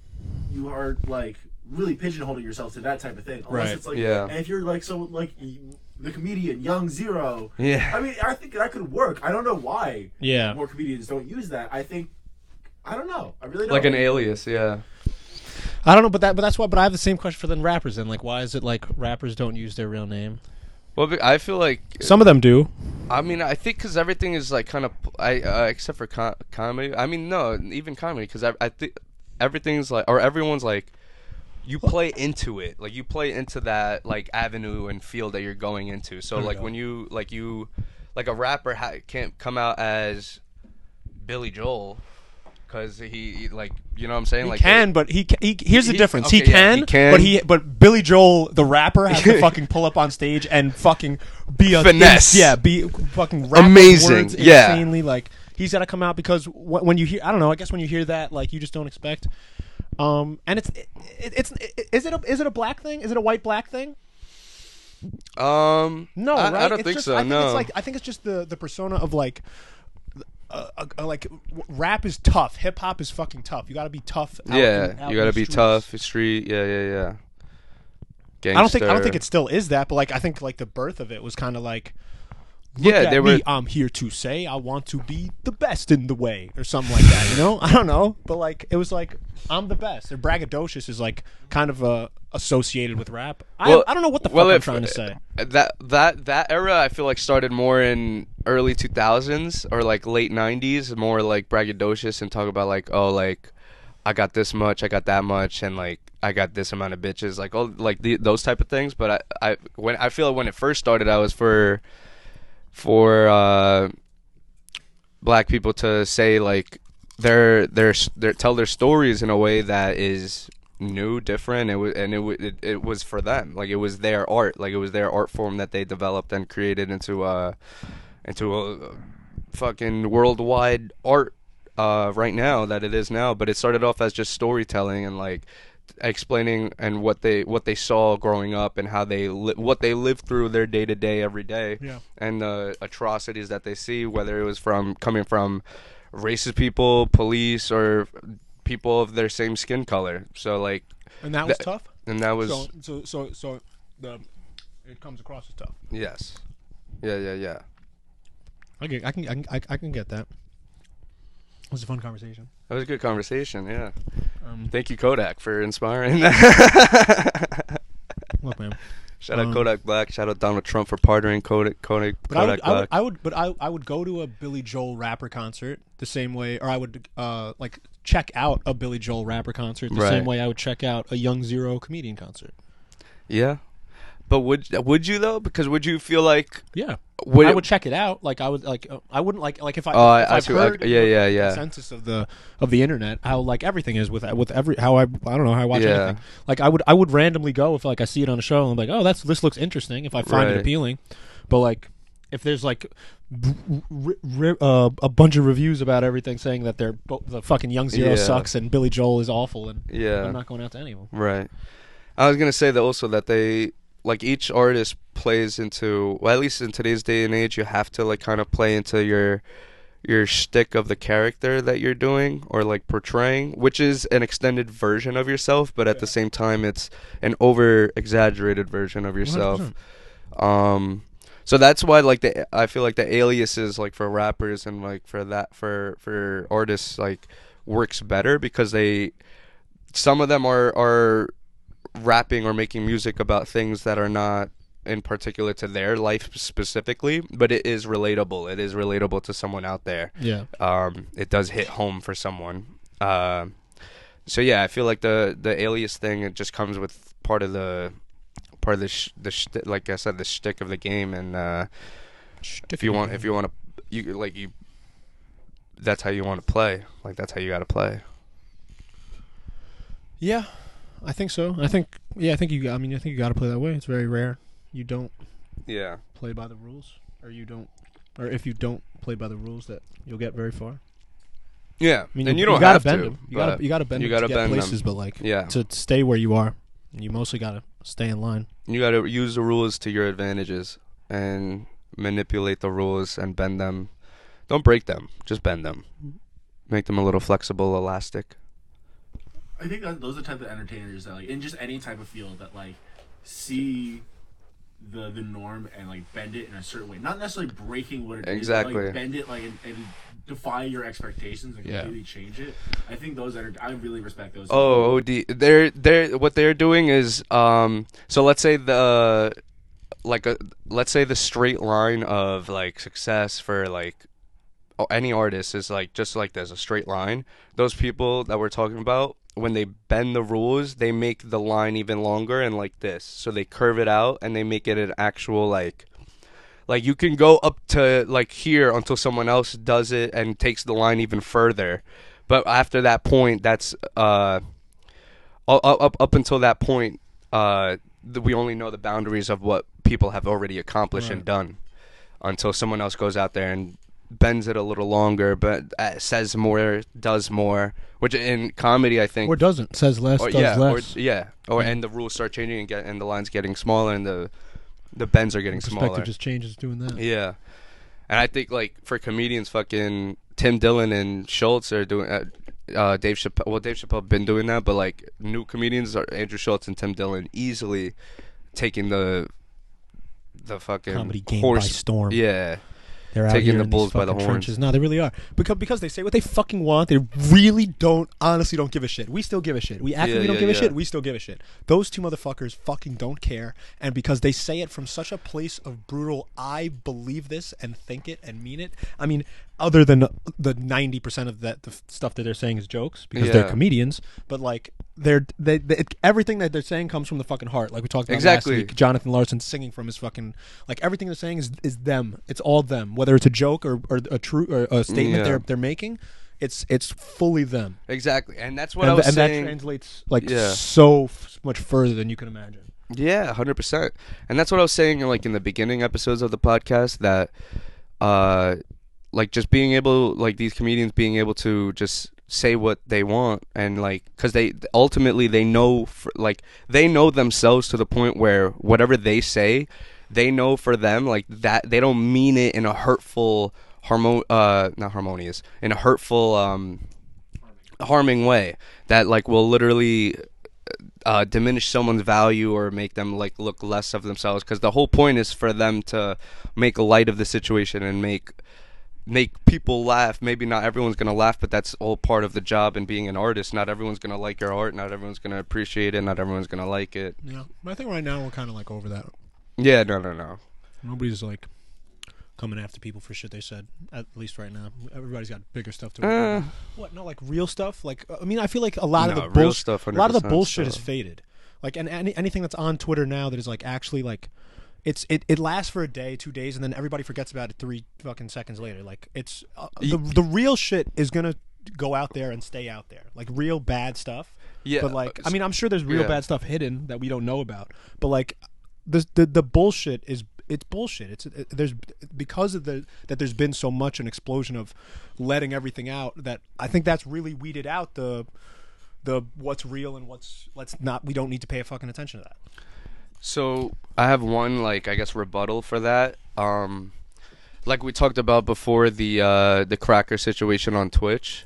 C: you are like really pigeonholing yourself to that type of thing unless
A: Right,
C: it's like
B: yeah.
C: and if you're like someone like y- the comedian young zero
B: Yeah.
C: i mean i think that could work i don't know why
A: Yeah.
C: more comedians don't use that i think i don't know i really don't
B: Like an alias, yeah.
A: I don't know, but that but that's why but I have the same question for then rappers then like why is it like rappers don't use their real name?
B: Well, be- I feel like
A: Some of them do.
B: I mean I think because everything is like kind of I uh, except for com- comedy. I mean no, even comedy because I I think everything's like or everyone's like you play into it like you play into that like avenue and field that you're going into. So like
A: go.
B: when you like you like a rapper ha- can't come out as Billy Joel because he, he, like you know what I'm saying
A: He
B: like
A: can, but he, ca- he here's the
B: He-
A: difference. he,
B: okay, yeah,
A: can,
B: he can.
A: but he but Billy Joel, the rapper, has to fucking pull up on stage and fucking be a
B: Finesse.
A: yeah, be fucking rap
B: Amazing,
A: words
B: yeah.
A: insanely like he's got to come out because wh- when you hear, I don't know, I guess when you hear that, like you just don't expect. Um, and it's it, it's it, is it a, is it a black thing? Is it a white black thing?
B: they- um
A: No,
B: I, I
A: right?
B: don't
A: It's
B: think
A: just-
B: so
A: I think
B: no
A: it's like I think it's just the the persona of like. Uh, uh, uh, like w- rap is tough, hip hop is fucking tough. You gotta be tough. out
B: yeah
A: in- out in
B: you gotta
A: the
B: be
A: streets.
B: tough street yeah yeah yeah. Gangster.
A: I don't think I don't think it still is that, but like I think like the birth of it was kind of like look
B: yeah
A: at
B: they
A: me,
B: were
A: I'm here to say I want to be the best in the way or something like that. You know, I don't know, but like it was like I'm the best. And braggadocious is like kind of uh, associated with rap. I, I don't know what the fuck I'm
B: if- uh,
A: trying to say.
B: That that that era, I feel like started more in early 2000s or like late 90s, more like braggadocious and talk about like oh like I got this much, I got that much, and like I got this amount of bitches, like oh like the, those type of things. But I I when I feel like when it first started, I was for for uh, black people to say like their their their tell their stories in a way that is new, different. It was and it, wa- it it was for them. Like it was their art. Like it was their art form that they developed and created into uh, a into a fucking worldwide art uh, right now that it is now. But it started off as just storytelling and like explaining and what they what they saw growing up and how they li- what they lived through their day to day every day
A: Yeah.
B: and the atrocities that they see whether it was from coming from racist people police or people of their same skin color so like
A: and that was
B: That-
A: tough.
B: and that was
A: So so so so the it comes across as tough.
B: yes yeah yeah yeah
A: I can I can I can, I- I can get that. It was a fun conversation.
B: that was a good conversation yeah
A: Um,
B: thank you kodak for inspiring that
A: Look, man.
B: shout out
A: Um,
B: kodak black shout out donald trump for partnering kodak kodak
A: But I
B: kodak
A: would, I
B: black
A: would, I would, uh, but I, I would go to a Billy Joel rapper concert the same way, or I would uh, like check out a Billy Joel rapper concert the same
B: Right.
A: way I would check out a Young Zero comedian concert.
B: Yeah, but would would you though? Because would you feel like
A: Yeah,
B: would
A: I
B: it-
A: would check it out. Like I would, like uh, I wouldn't like like if I,
B: Oh, I-
A: if
B: I
A: I've
B: see what- I-
A: heard
B: yeah,
A: the
B: yeah, yeah.
A: consensus of the of the internet how like everything is with with every how I I don't know how I watch
B: Yeah.
A: anything. Like I would I would randomly go if like I see it on a show and I'm like oh that's this looks interesting if I find
B: Right.
A: it appealing, but like if there's like r- r- r- uh, a bunch of reviews about everything saying that they're bo- the fucking Young Zero
B: Yeah.
A: sucks and Billy Joel is awful and
B: Yeah.
A: I'm not going out to any of them.
B: right? I was gonna say that also that they like each artist plays into well at least in today's day and age you have to like kind of play into your your shtick of the character that you're doing or like portraying, which is an extended version of yourself, but at the same time it's an over exaggerated version of yourself. Um, so that's why like the I feel like the aliases like for rappers and like for that for for artists like works better because they some of them are are rapping or making music about things that are not in particular to their life specifically, but it is relatable. It is relatable to someone out there
A: Yeah,
B: um, it does hit home for someone. Um so yeah, I feel like the the alias thing it just comes with part of the part of the sh- the sh- like I said the shtick of the game, and uh, if you want if you want to you like you that's how you want to play. Like that's how you got to play.
A: Yeah, I think so. I think yeah, I think you. I mean, I think you got to play that way. It's very rare. You don't
B: Yeah.
A: play by the rules, or you don't, or if you don't play by the rules, that you'll get very far.
B: Yeah.
A: I mean,
B: and
A: you,
B: you, don't
A: gotta
B: have
A: bend
B: to.
A: them. You gotta
B: but
A: you gotta bend
B: you
A: them
B: gotta
A: to
B: bend
A: get
B: 'em.
A: places, but like
B: Yeah.
A: to stay where you are, you mostly gotta stay in line.
B: you got to use the rules to your advantages and manipulate the rules and bend them. Don't break them, just bend them. Make them a little flexible, elastic.
C: I think that those are the type of entertainers that like in just any type of field that like see the the norm and like bend it in a certain way. Not necessarily breaking what it is, but
B: Exactly.
C: like bend it like and, and defy your expectations and
A: Yeah.
C: completely change it. I think those that are I really respect those.
B: Oh, OD. They're they're what they're doing is um so let's say the like a let's say the straight line of like success for like oh, any artist is like just like there's a straight line. Those people that we're talking about when they bend the rules, they make the line even longer and like this. So they curve it out and they make it an actual like like you can go up to like here until someone else does it and takes the line even further. But after that point, that's uh u- u- up up until that point, uh th- we only know the boundaries of what people have already accomplished and done until someone else goes out there and bends it a little longer but uh, says more does more which in comedy i think
A: Or doesn't says less
B: or,
A: does
B: yeah,
A: less.
B: or yeah, or and the rules start changing and get and the lines getting smaller and the the bends are getting
A: Perspective
B: smaller.
A: just changes doing that.
B: yeah, and I think like for comedians, fucking Tim Dillon and Schultz are doing. Uh, uh, Dave Chappelle. Well, Dave Chappelle been doing that, but like new comedians are Andrew Schultz and Tim Dillon easily taking the the fucking
A: Comedy game by
B: horse
A: storm.
B: Yeah,
A: They're out
B: Taking
A: here
B: the
A: in
B: bulls
A: these
B: by the
A: fucking
B: horns.
A: trenches. No, they really are because because they say what they fucking want. They really don't, honestly, don't give a shit. We still give a shit. We act like
B: Yeah,
A: we don't
B: yeah,
A: give a
B: yeah.
A: shit. We still give a shit. Those two motherfuckers fucking don't care, and because they say it from such a place of brutal, I believe this and think it and mean it. I mean, other than the ninety percent of that the f- stuff that they're saying is jokes because they're
B: Yeah.
A: comedians, but like. They're they, they it, everything that they're saying comes from the fucking heart, like we talked about
B: Exactly.
A: last week. Jonathan Larson singing from his fucking like everything they're saying is is them. It's all them. Whether it's a joke or, or a true or a statement
B: Yeah.
A: they're they're making, it's it's fully them.
B: exactly. And that's what I
A: And,
B: was
A: th- and that
B: saying.
A: translates like
B: Yeah.
A: so f- much further than you can imagine.
B: Yeah, hundred percent. And that's what I was saying, like in the beginning episodes of the podcast, that, uh, like just being able, like these comedians being able to just say what they want and like because they ultimately they know for, like they know themselves to the point where whatever they say they know for them like that they don't mean it in a hurtful harmo- uh not harmonious in a hurtful um harming way that like will literally uh, diminish someone's value or make them like look less of themselves because the whole point is for them to make light of the situation and make make people laugh maybe not everyone's gonna laugh but that's all part of the job and being an artist not everyone's gonna like your art not everyone's gonna appreciate it not everyone's gonna like it
A: Yeah, but I think right now we're kind of like over that.
B: yeah no no no
A: Nobody's like coming after people for shit they said. At least right now, everybody's got bigger stuff to. worry
B: Eh.
A: about. What? No, like real stuff. Like I mean, I feel like a lot
B: No,
A: of the
B: real
A: bullshit.
B: stuff,
A: A lot of the
B: 100%
A: bullshit has
B: so.
A: faded. Like and any, anything that's on Twitter now that is like actually like. It's it, it lasts for a day, two days, and then everybody forgets about it three fucking seconds later. Like it's uh, the the real shit is gonna go out there and stay out there. Like real bad stuff.
B: Yeah,
A: But like I
B: uh,
A: mean, I'm sure there's real
B: yeah.
A: bad stuff hidden that we don't know about. But like the the, the bullshit is it's bullshit. It's it, there's because of the that there's been so much an explosion of letting everything out that I think that's really weeded out the the what's real and what's let's not we don't need to pay a fucking attention to that.
B: So I have one like I guess rebuttal for that. Um, like we talked about before the uh, the cracker situation on Twitch.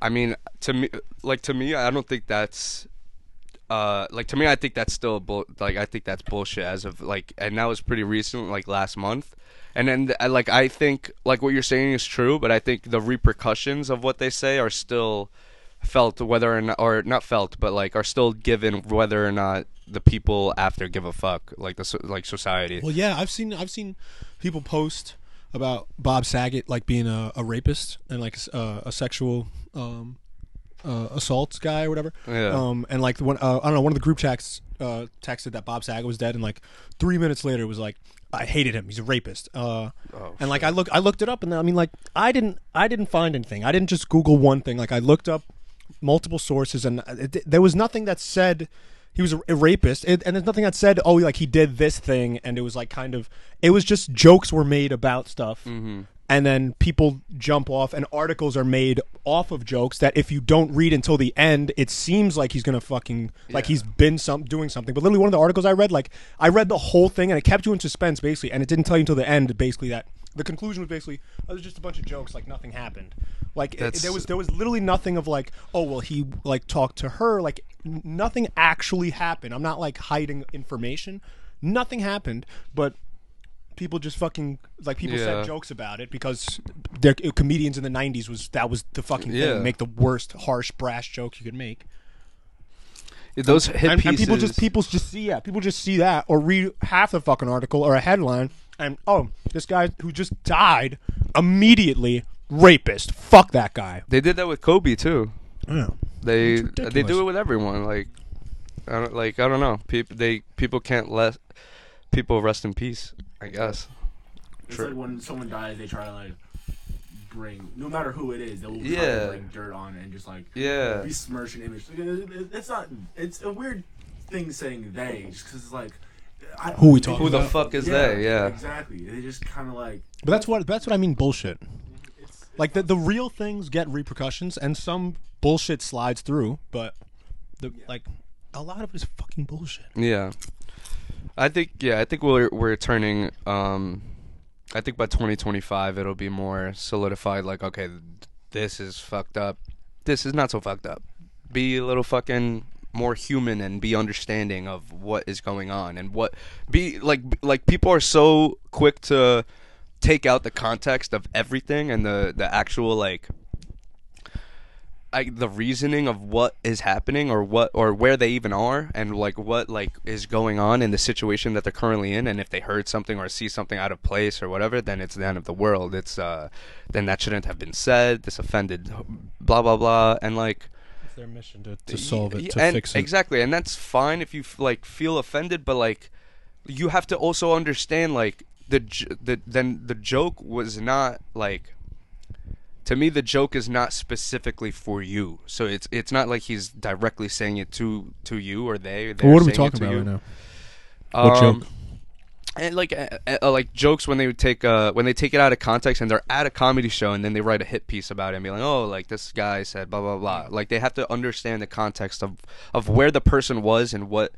B: I mean, to me, like to me, I don't think that's. Uh, like to me, I think that's still bull- like I think that's bullshit as of like, and that was pretty recent, like last month, and then I- like I think like what you're saying is true, but I think the repercussions of what they say are still felt whether or not or not felt but like are still given whether or not the people after give a fuck like the so- like society
A: Well, yeah, I've seen I've seen people post about Bob Saget like being a, a rapist and like s- uh, a sexual um, uh, assault guy or whatever.
B: Yeah.
A: Um, and like one, uh, I don't know, one of the group chats uh, texted that Bob Saget was dead, and like three minutes later it was like. I hated him. He's a rapist. Uh, and like I look, I looked it up, and I mean, like I didn't, I didn't find anything. I didn't just Google one thing. Like I looked up multiple sources, and it, there was nothing that said he was a, a rapist, it, and there's nothing that said, oh, like he did this thing, and it was like kind of, it was just jokes were made about stuff, and then people jump off, and articles are made off of jokes that if you don't read until the end, it seems like he's gonna fucking like he's been some doing something. But literally, one of the articles I read, like I read the whole thing, and it kept you in suspense basically, and it didn't tell you until the end, basically that. The conclusion was basically, oh, it was just a bunch of jokes, like nothing happened. Like it,
B: That's-
A: there was there was literally nothing of like oh well he like talked to her like n- nothing actually happened i'm not like hiding information nothing happened but people just fucking like people
B: Yeah.
A: said jokes about it because their comedians in the 90s was that was the fucking
B: Yeah.
A: thing make the worst harsh brash joke you could make
B: those hit
A: and,
B: pieces
A: and people just people just see yeah people just see that or read half the fucking article or a headline and oh this guy who just died immediately rapist fuck that guy
B: they did that with Kobe too they
A: ridiculous.
B: they do it with everyone like I don't like I don't know people they people can't let people rest in peace I guess
C: It's
B: True.
C: like when someone dies, they try to like bring, no matter who it is, they will try
B: Yeah.
C: to like dirt on it and just like
B: Yeah.
C: besmirch an image. Like, it- it- It's not. It's a weird thing saying they, just because it's like I,
A: Who we talking
B: who the fuck is they yeah
C: exactly. They just kind of like
A: But that's what that's what I mean bullshit.
C: it's
A: Like the the real things get repercussions and some bullshit slides through, but the like a lot of it is fucking bullshit.
B: Yeah. I think yeah, I think we're we're turning um I think by 2025 it'll be more solidified like okay, th- this is fucked up. This is not so fucked up. Be a little fucking more human and be understanding of what is going on and what be like like people are so quick to take out the context of everything and the the actual like like the reasoning of what is happening or what or where they even are and like what like is going on in the situation that they're currently in and if they heard something or see something out of place or whatever then it's the end of the world it's uh then that shouldn't have been said this offended blah blah blah and like
A: It's their mission to, to solve it,
B: yeah,
A: to
B: and-
A: fix it.
B: Exactly, and that's fine if you f- like feel offended, but like you have to also understand like the j- the then the joke was not like to me the joke is not specifically for you. So it's it's not like he's directly saying it to to you or they. or they're
A: what are we
B: saying it
A: talking
B: to
A: about
B: you.
A: right now? What joke?
B: Um, and like uh, uh, like jokes when they would take uh when they take it out of context and they're at a comedy show and then they write a hit piece about it and be like oh like this guy said blah blah blah like they have to understand the context of of where the person was and what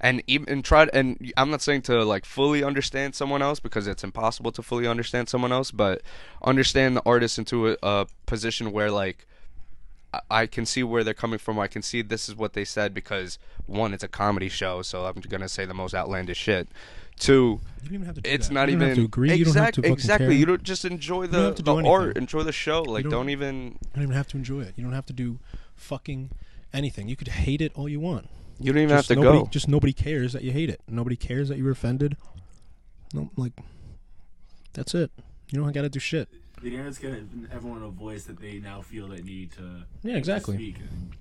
B: and even and try to, and I'm not saying to like fully understand someone else because it's impossible to fully understand someone else but understand the artist into a, a position where like I- I can see where they're coming from. I can see this is what they said because one, it's a comedy show, so I'm gonna say the most outlandish shit. Two,
A: You don't even have to do
B: it's
A: that.
B: not
A: You
B: even
A: don't have to agree. You don't have
B: Exact-
A: to fucking
B: exactly.
A: care.
B: You don't just enjoy
A: don't
B: the,
A: have to
B: the
A: do
B: art,
A: anything.
B: enjoy the show. Like
A: don't-
B: don't, even
A: You don't even have to enjoy it. You don't have to do fucking anything. You could hate it all you want.
B: you don't even
A: just
B: have to
A: nobody,
B: go.
A: Just nobody cares that you hate it. Nobody cares that you were offended. No, like that's it. You don't got to do shit.
C: The internet's giving everyone a voice that they now feel they need to.
A: Yeah,
C: to
A: exactly.
C: speak. And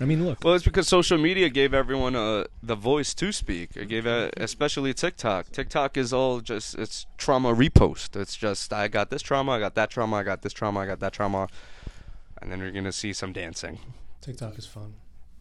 A: I mean, look.
B: Well, it's because social media gave everyone uh, the voice to speak. It gave, uh, especially TikTok. TikTok is all just it's trauma repost. It's just I got this trauma, I got that trauma, I got this trauma, I got that trauma, and then you're gonna see some dancing.
A: TikTok is fun.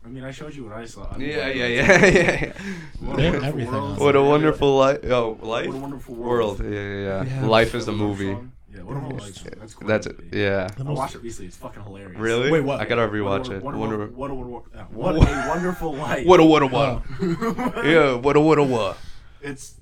C: I mean, I showed you what I saw. I mean,
B: Yeah,
C: what-
B: yeah, yeah, yeah.
C: What a
A: They're
C: wonderful
A: everything
C: world.
A: on
B: What a wonderful life! Oh, life,
C: What a wonderful
B: world.
C: world.
B: Yeah, yeah, yeah.
A: Yeah.
B: Life is a movie.
C: Yeah, what a wonderful life. Oh, That's cool.
B: That's it. Yeah.
C: I watched it recently. It's fucking hilarious.
B: Really?
A: Wait, what?
B: I gotta
C: What a
B: rewatch it.
C: wonder-
B: Wonder-
C: What a wonder- uh, what a wonderful life.
B: a what a what? yeah, what a what a what?
C: it's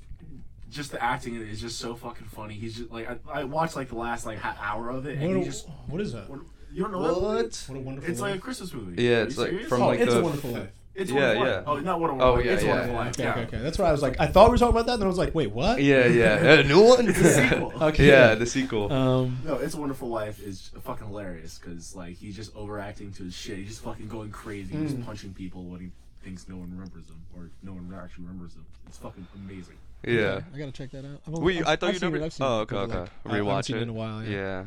C: just the acting in it is just so fucking funny. He's just like I, I watched like the last like half hour of it, and
A: What,
C: he
A: a,
C: just
A: what is that?
C: what, you don't know
B: What?
A: What a wonderful.
C: It's like a
A: life.
C: Christmas movie.
B: Yeah,
C: Are
B: it's
C: you
B: like
C: serious?
B: from
A: oh,
B: like
A: it's
B: the.
A: a wonderful life.
C: It's
B: Yeah,
C: Wonderful
B: yeah.
C: Life. Oh, not what a
B: Oh,
C: Wonderful Life.
B: yeah,
C: It's a
B: yeah.
C: Wonderful Life.
A: Okay,
C: Yeah.
A: okay, okay. That's why I was like, I thought we were talking about that, and then I was like, wait, what?
B: Yeah, yeah. A new one.
C: sequel.
A: Okay.
B: Yeah, Uh, the sequel.
A: Um.
C: No, It's a Wonderful Life is fucking hilarious because like he's just overacting to his shit. He's just fucking going crazy, He's
A: Hmm.
C: just punching people when he thinks no one remembers him or no one actually remembers him. It's fucking amazing.
B: yeah.
A: I gotta check that out. I've
B: We.
A: I've-
B: I thought
A: I've
B: you
A: seen
B: never.
A: it, I've seen
B: oh,
A: it,
B: okay,
A: but,
B: okay.
A: like, I- I haven't
B: Rewatch
A: seen
B: it.
A: it in a while. Yeah.
B: Yeah.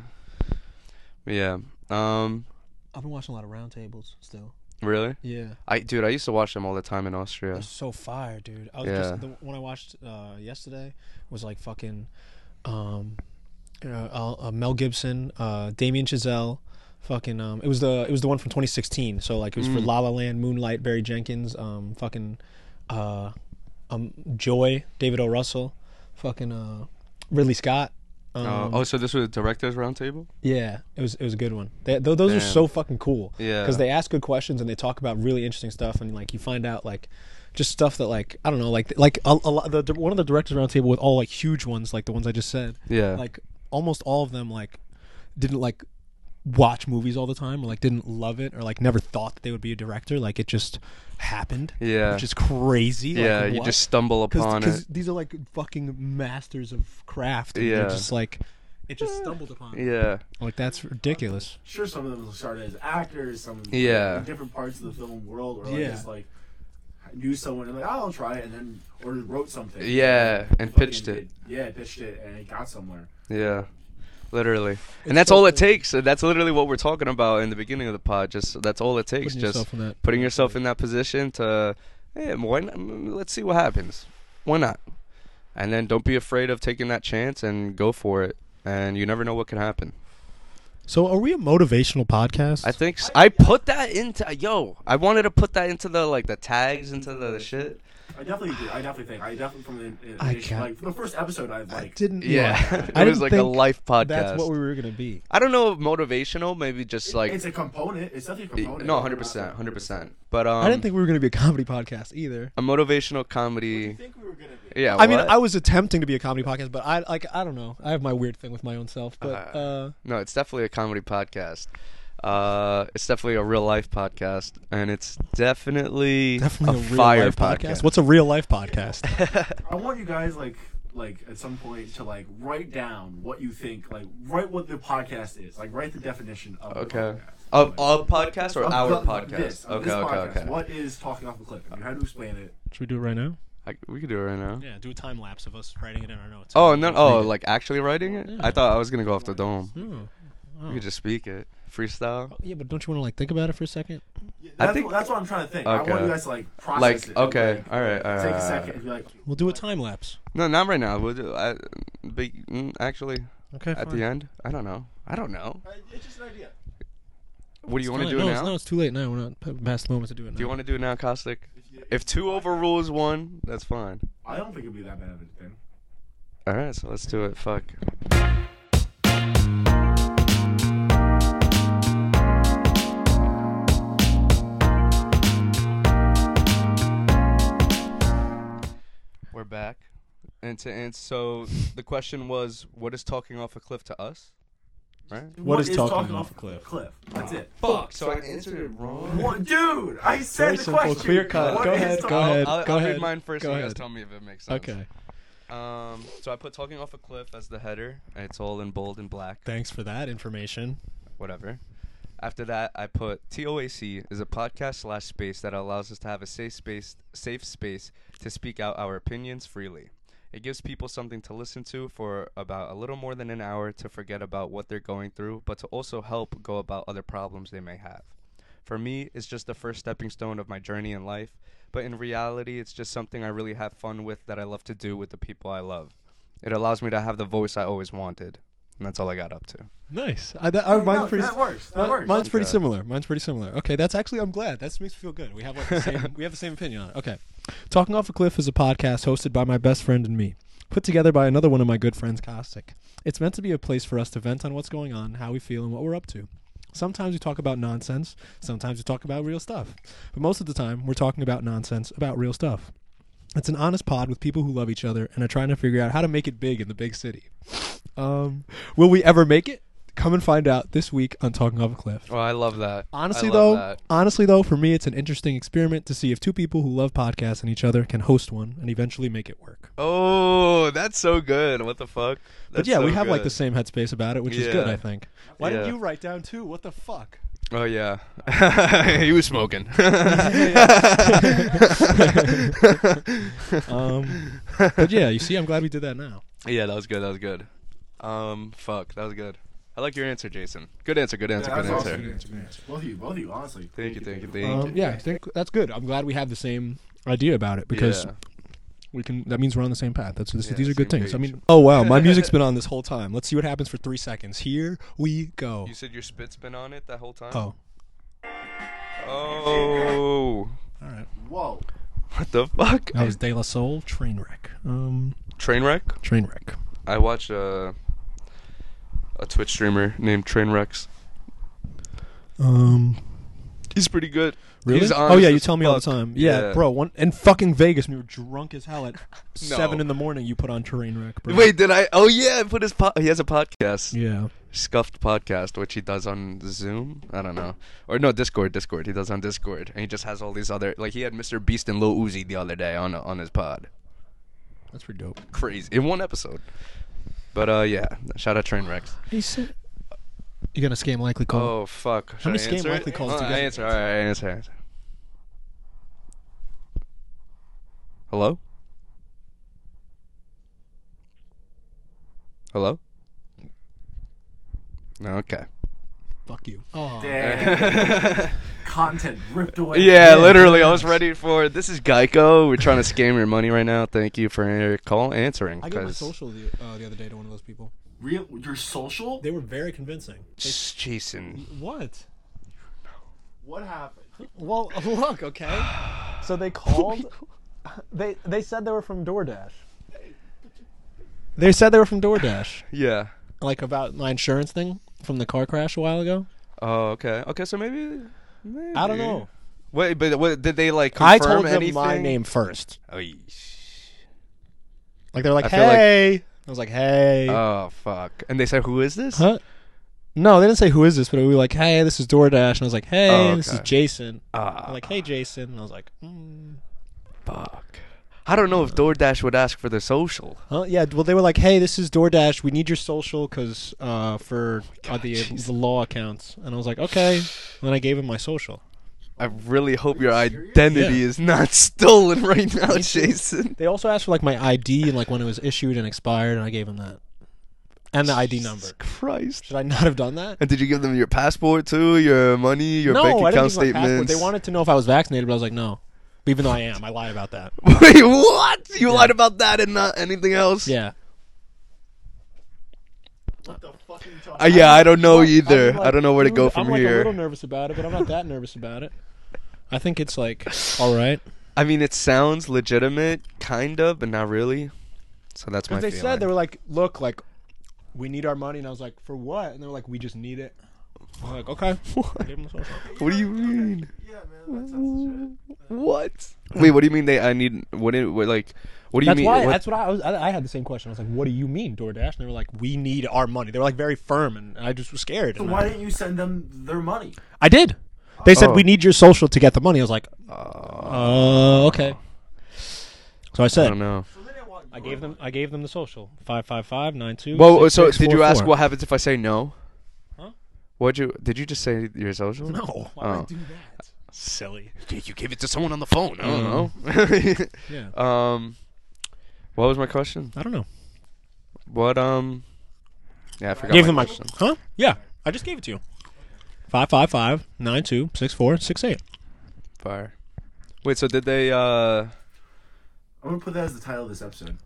B: Yeah. Um.
A: I've been watching a lot of roundtables still.
B: Really?
A: Yeah.
B: I dude, I used to watch them all the time in Austria.
A: It's so fire, dude. I was
B: Yeah.
A: just the one I watched uh, yesterday was like fucking um uh, uh, Mel Gibson, uh Damien Chazelle, fucking um it was the it was the one from 2016. So like it was for La La Land, Moonlight, Barry Jenkins, um fucking uh um Joy, David O Russell, fucking uh Ridley Scott. Um,
B: Uh, oh, so this was a director's roundtable?
A: yeah, it was it was a good one. They, th- those are
B: Damn.
A: so fucking cool.
B: Yeah.
A: because they ask good questions and they talk about really interesting stuff and like you find out like just stuff that like I don't know like like a, a lot the the- one of the directors roundtable with all like huge ones like the ones I just said.
B: Yeah.
A: like almost all of them like didn't like watch movies all the time or like didn't love it or like never thought that they would be a director. Like it just happened.
B: Yeah.
A: which is crazy. like,
B: yeah, you
A: what?
B: just stumble upon
A: because
B: it.
A: these are like fucking masters of craft. And
B: Yeah.
A: they're just like. It just stumbled upon.
B: Yeah.
A: Like that's ridiculous.
C: Sure, some of them started as actors, some
B: Yeah.
C: in different parts of the film world, or like,
A: Yeah.
C: just like knew someone and like "Oh, I'll try it, and then or wrote something.
B: Yeah, and
C: Fucking
B: pitched it.
C: did- Yeah, pitched it, and it got somewhere.
B: Yeah. Literally. And that's
A: so
B: all it
A: good.
B: takes. And That's literally what we're talking about in the beginning of the pod. Just uh, that's all it takes.
A: Putting
B: just
A: yourself in that-
B: putting yourself in that position to hey, why not? Mm, let's see what happens. Why not? And then don't be afraid of taking that chance and go for it. And you never know what can happen.
A: So are we a motivational podcast?
B: I think s- I put that into yo. I wanted to put that into the like the tags into the, shit.
C: I definitely, do. I definitely think I definitely from the in-
A: I
C: initial-
A: can't-
C: like from the first episode I've like
A: didn't.
B: Yeah,
A: I
B: it
A: didn't
B: was like a
A: think
B: life podcast.
A: That's what we were gonna be.
B: I don't know if motivational, maybe just like
C: it's a component. It's definitely a component.
B: no, hundred percent, hundred percent. But um,
A: I didn't think we were gonna be a comedy podcast either.
B: a motivational comedy.
C: think we were gonna be.
B: Yeah,
A: I mean,
B: what?
A: I was attempting to be a comedy podcast, but I like I don't know. I have my weird thing with my own self, but uh,
B: no, it's definitely a comedy podcast. Uh, it's definitely a real life podcast, and it's definitely
A: definitely a, real
B: fire
A: life podcast. What's a real life podcast?
C: I want you guys like like at some point to like write down what you think like write what the podcast is like write the definition of
B: okay?
C: the podcast.
B: Of a podcast or
C: Of
B: our
C: the-
B: podcast?
C: This, of
B: okay,
C: this
B: okay,
C: podcast.
B: okay.
C: What is talking off the cliff? You had to explain it.
A: Should we do it right now?
B: I, we could do it right now.
A: Yeah, do a time lapse of us writing it in our notes.
B: Oh no! Oh, like actually writing it? I thought I was gonna go off the dome.
A: Hmm.
B: We could just speak it, freestyle.
A: yeah, but don't you want to like think about it for a second?
C: That's,
B: think-
C: what, that's what I'm trying to think. I want
B: Okay.
C: you guys to like
B: Like
C: process it. and,
B: okay,
C: like,
B: all right, all right.
C: Take
B: all
C: a
B: right.
C: second and be like,
A: We'll do a time lapse.
B: No, not right now. We'll do. I, but mm, actually,
A: Okay.
B: at the end, I don't know. I don't know.
C: "Uh, it's just an idea.
B: What do you want to do
A: no,
B: now?
A: It's, no, it's too late now. We're not p- past the moment to do it now.
B: Do you want to do it now, Caustic?
C: If you-
B: If two overrules one, that's fine.
C: I don't think it'd be that bad of a thing.
B: All right, so let's do it. Fuck. We're back. And to answer, so the question was, what is talking off a cliff to us? Right?
A: What is talking off a cliff?
C: Cliff. That's it.
B: Fuck. So I answered it wrong.
C: What, dude? I said
A: Very
C: the
A: simple,
C: question.
A: clear cut.
C: What
A: Go
C: is
A: ahead, go
C: talking-
A: ahead.
B: I'll, I'll, I'll read mine first.
A: Go
B: and you guys
A: ahead.
B: tell me if it makes sense.
A: Okay.
B: Um, so I put talking off a cliff as the header. and It's all in bold and black.
A: Thanks for that information.
B: whatever. After that, I put TOAC is a podcast slash space that allows us to have a safe space, safe space to speak out our opinions freely. It gives people something to listen to for about a little more than an hour to forget about what they're going through, but to also help go about other problems they may have. For me, it's just the first stepping stone of my journey in life, but in reality, it's just something I really have fun with that I love to do with the people I love. It allows me to have the voice I always wanted, and that's all I got up to.
A: Nice. I, that, I, mine's
C: No,
A: pretty,
C: that works. That
A: mine-
C: works.
A: Mine's pretty
B: Okay.
A: similar. Mine's pretty similar. Okay, that's actually I'm glad. That makes me feel good. We have like the same, we have the same opinion on it. Okay, talking off a cliff is a podcast hosted by my best friend and me, put together by another one of my good friends, Caustic. It's meant to be a place for us to vent on what's going on, how we feel, and what we're up to. Sometimes we talk about nonsense. Sometimes we talk about real stuff. But most of the time, we're talking about nonsense about real stuff. It's an honest pod with people who love each other and are trying to figure out how to make it big in the big city. Um, will we ever make it? Come and find out this week on Talking Off a Cliff.
B: Oh, I love that. I
A: Honestly,
B: love
A: though,
B: that.
A: honestly though, for me, it's an interesting experiment to see if two people who love podcasts and each other can host one and eventually make it work.
B: Oh, that's so good. What the fuck?
A: But
B: That's
A: yeah, we
B: so
A: have like
B: good.
A: the same headspace about it, which is good,
B: Yeah.
A: I think. Why didn't
B: Yeah.
A: you write down two? What the fuck?
B: Oh yeah, he was smoking.
A: Um, but yeah, you see, I'm glad we did that now.
B: yeah, that was good. That was good. Um, fuck, that was good. I like your answer, Jason. Good answer. Good answer.
C: Yeah,
B: good
C: that's
B: answer.
C: awesome. Both of you, both of you, honestly.
B: Thank you. Thank you. Thank
A: Um,
B: you.
A: yeah, I think that's good. I'm glad we have the same idea about it because
B: Yeah.
A: we can. That means we're on the same path. That's this,
B: Yeah,
A: these are good
B: same
A: things. I
B: page.
A: mean, oh wow, my music's been on this whole time. Let's see what happens for three seconds. Here we go.
B: You said your spit's been on it that whole time.
A: Oh,
B: Oh.
A: all right.
C: Whoa.
B: What the fuck?
A: That was De La Soul train wreck. Um,
B: Trainwreck.
A: train wreck.
B: I watch a a Twitch streamer named Trainwrecks.
A: Um,
B: He's pretty good.
A: really?
B: He's
A: oh yeah,
B: honest
A: you
B: as
A: tell me all the
B: fuck.
A: time. Yeah, bro. One in fucking Vegas, when we were drunk as hell at seven in the morning. You put on train wreck, bro.
B: Wait, did I? Oh yeah, I put his. Po- he has a podcast,
A: Yeah.
B: Scuffed Podcast, which he does on Zoom. I don't know, or no, Discord. Discord. He does on Discord, and he just has all these other. Like he had Mr. Beast and Lil Uzi the other day on on his pod.
A: That's pretty dope.
B: Crazy in one episode. But uh, yeah, shout out Trainwrecks.
A: Hey, Sid. You gonna scam likely call?
B: Oh fuck. Should
A: many
B: I
A: scam
B: answer it?
A: likely calls
B: Hold
A: do
B: on,
A: you
B: I
A: get?
B: answer. All right, I answer. I answer. Hello. Hello. No, Okay.
A: Fuck you. Oh.
C: Damn. Content ripped away.
A: Yeah,
B: Yeah, literally. I
A: yes.
B: was ready for this is Geico. We're trying to scam your money right now. Thank you for your call answering.
A: I gave my
B: 'cause-
A: social the, uh, the other day to one of those people.
C: Real, your social?
A: They were very convincing.
B: Shh, Jason.
A: What?
C: What happened?
A: Well, look, okay. So they called. they they said they were from DoorDash. They said they were from DoorDash,
B: Yeah.
A: like about my insurance thing from the car crash a while ago.
B: Oh, okay. Okay, so maybe. maybe.
A: I don't know.
B: Wait, but what, did they like confirm
A: I told them
B: anything?
A: my name first.
B: Oh, yeesh.
A: Like they're like,
B: I feel like-
A: "Hey," I was like, "Hey."
B: Oh, fuck. And they said, "Who is this?"
A: huh? No, they didn't say who is this, but we were like, "Hey, this is DoorDash," and I was like, "Hey,
B: Oh,
A: this is
B: okay.
A: Jason."
B: Ah,
A: I'm like, "Hey, Jason," and I was like, mm.
B: fuck. I don't know if DoorDash would ask for the social.
A: Huh? Yeah. Well, they were like, "Hey, this is DoorDash. We need your social because uh, for uh, the the law accounts." And I was like, "Okay." And then I gave him my social.
B: I really hope your identity
A: Yeah.
B: is not stolen right now, Jason.
A: They also asked for like my ID and like when it was issued and expired, and I gave him that and the ID number.
B: Christ.
A: Should I not have done that?
B: And did you give them your passport too, your money, your
A: no,
B: bank
A: I didn't
B: account
A: give him my passport.
B: statements?
A: They wanted to know if I was vaccinated, but I was like, "No," even though I am. I lied about that.
B: Wait, what? You lied about that and not anything else?
A: Yeah.
C: What the fuck are you talking
B: Uh, yeah, I don't know
A: Fuck,
B: either.
A: I'm,
B: I don't know where to go
A: like-
B: from
A: I'm like a
B: here.
A: little nervous about it, but I'm not that nervous about it. I think it's like all right.
B: I mean, it sounds legitimate, kind of, but not really. So that's my
A: Because they
B: feeling.
A: said they were like, look, like we need our money, and I was like, for what? And they were like, we just need it. I'm like, okay. Give 'em a social.
B: what do you mean?
D: Yeah, man, that sounds legit.
B: What? Wait, what do you mean they? I need what? It, what like, what do you
A: That's
B: mean?
A: why.
B: what-
A: That's what I was. I, I had the same question. I was like, "What do you mean, DoorDash?" And they were like, "We need our money." They were like very firm, and I just was scared.
C: So
A: and
C: why
A: I,
C: didn't you send them their money?
A: I did. They said,
B: Oh.
A: "We need your social to get the money." I was like, "Oh, okay." So I
B: I
A: said,
B: don't know.
D: So they didn't want
A: I
D: your
A: gave them
D: money.
A: I gave them the social five five five nine two.
B: Well,
A: six,
B: so
A: six,
B: did
A: four,
B: you ask
A: four.
B: what happens if I say no?
A: Huh?
B: Would you? Did you just say your social?
A: No, why would I
B: Oh.
A: do that? Silly.
B: You gave it to someone on the phone. I don't
A: Yeah,
B: know. um, Mm. what was my question?
A: I don't know.
B: What um? Yeah, I forgot.
A: gave
B: my
A: them my
B: question.
A: huh? Yeah, I just gave it to you. Five five five nine two six four six eight.
B: fire. Wait, so did they uh
C: I'm gonna put that as the title of this episode.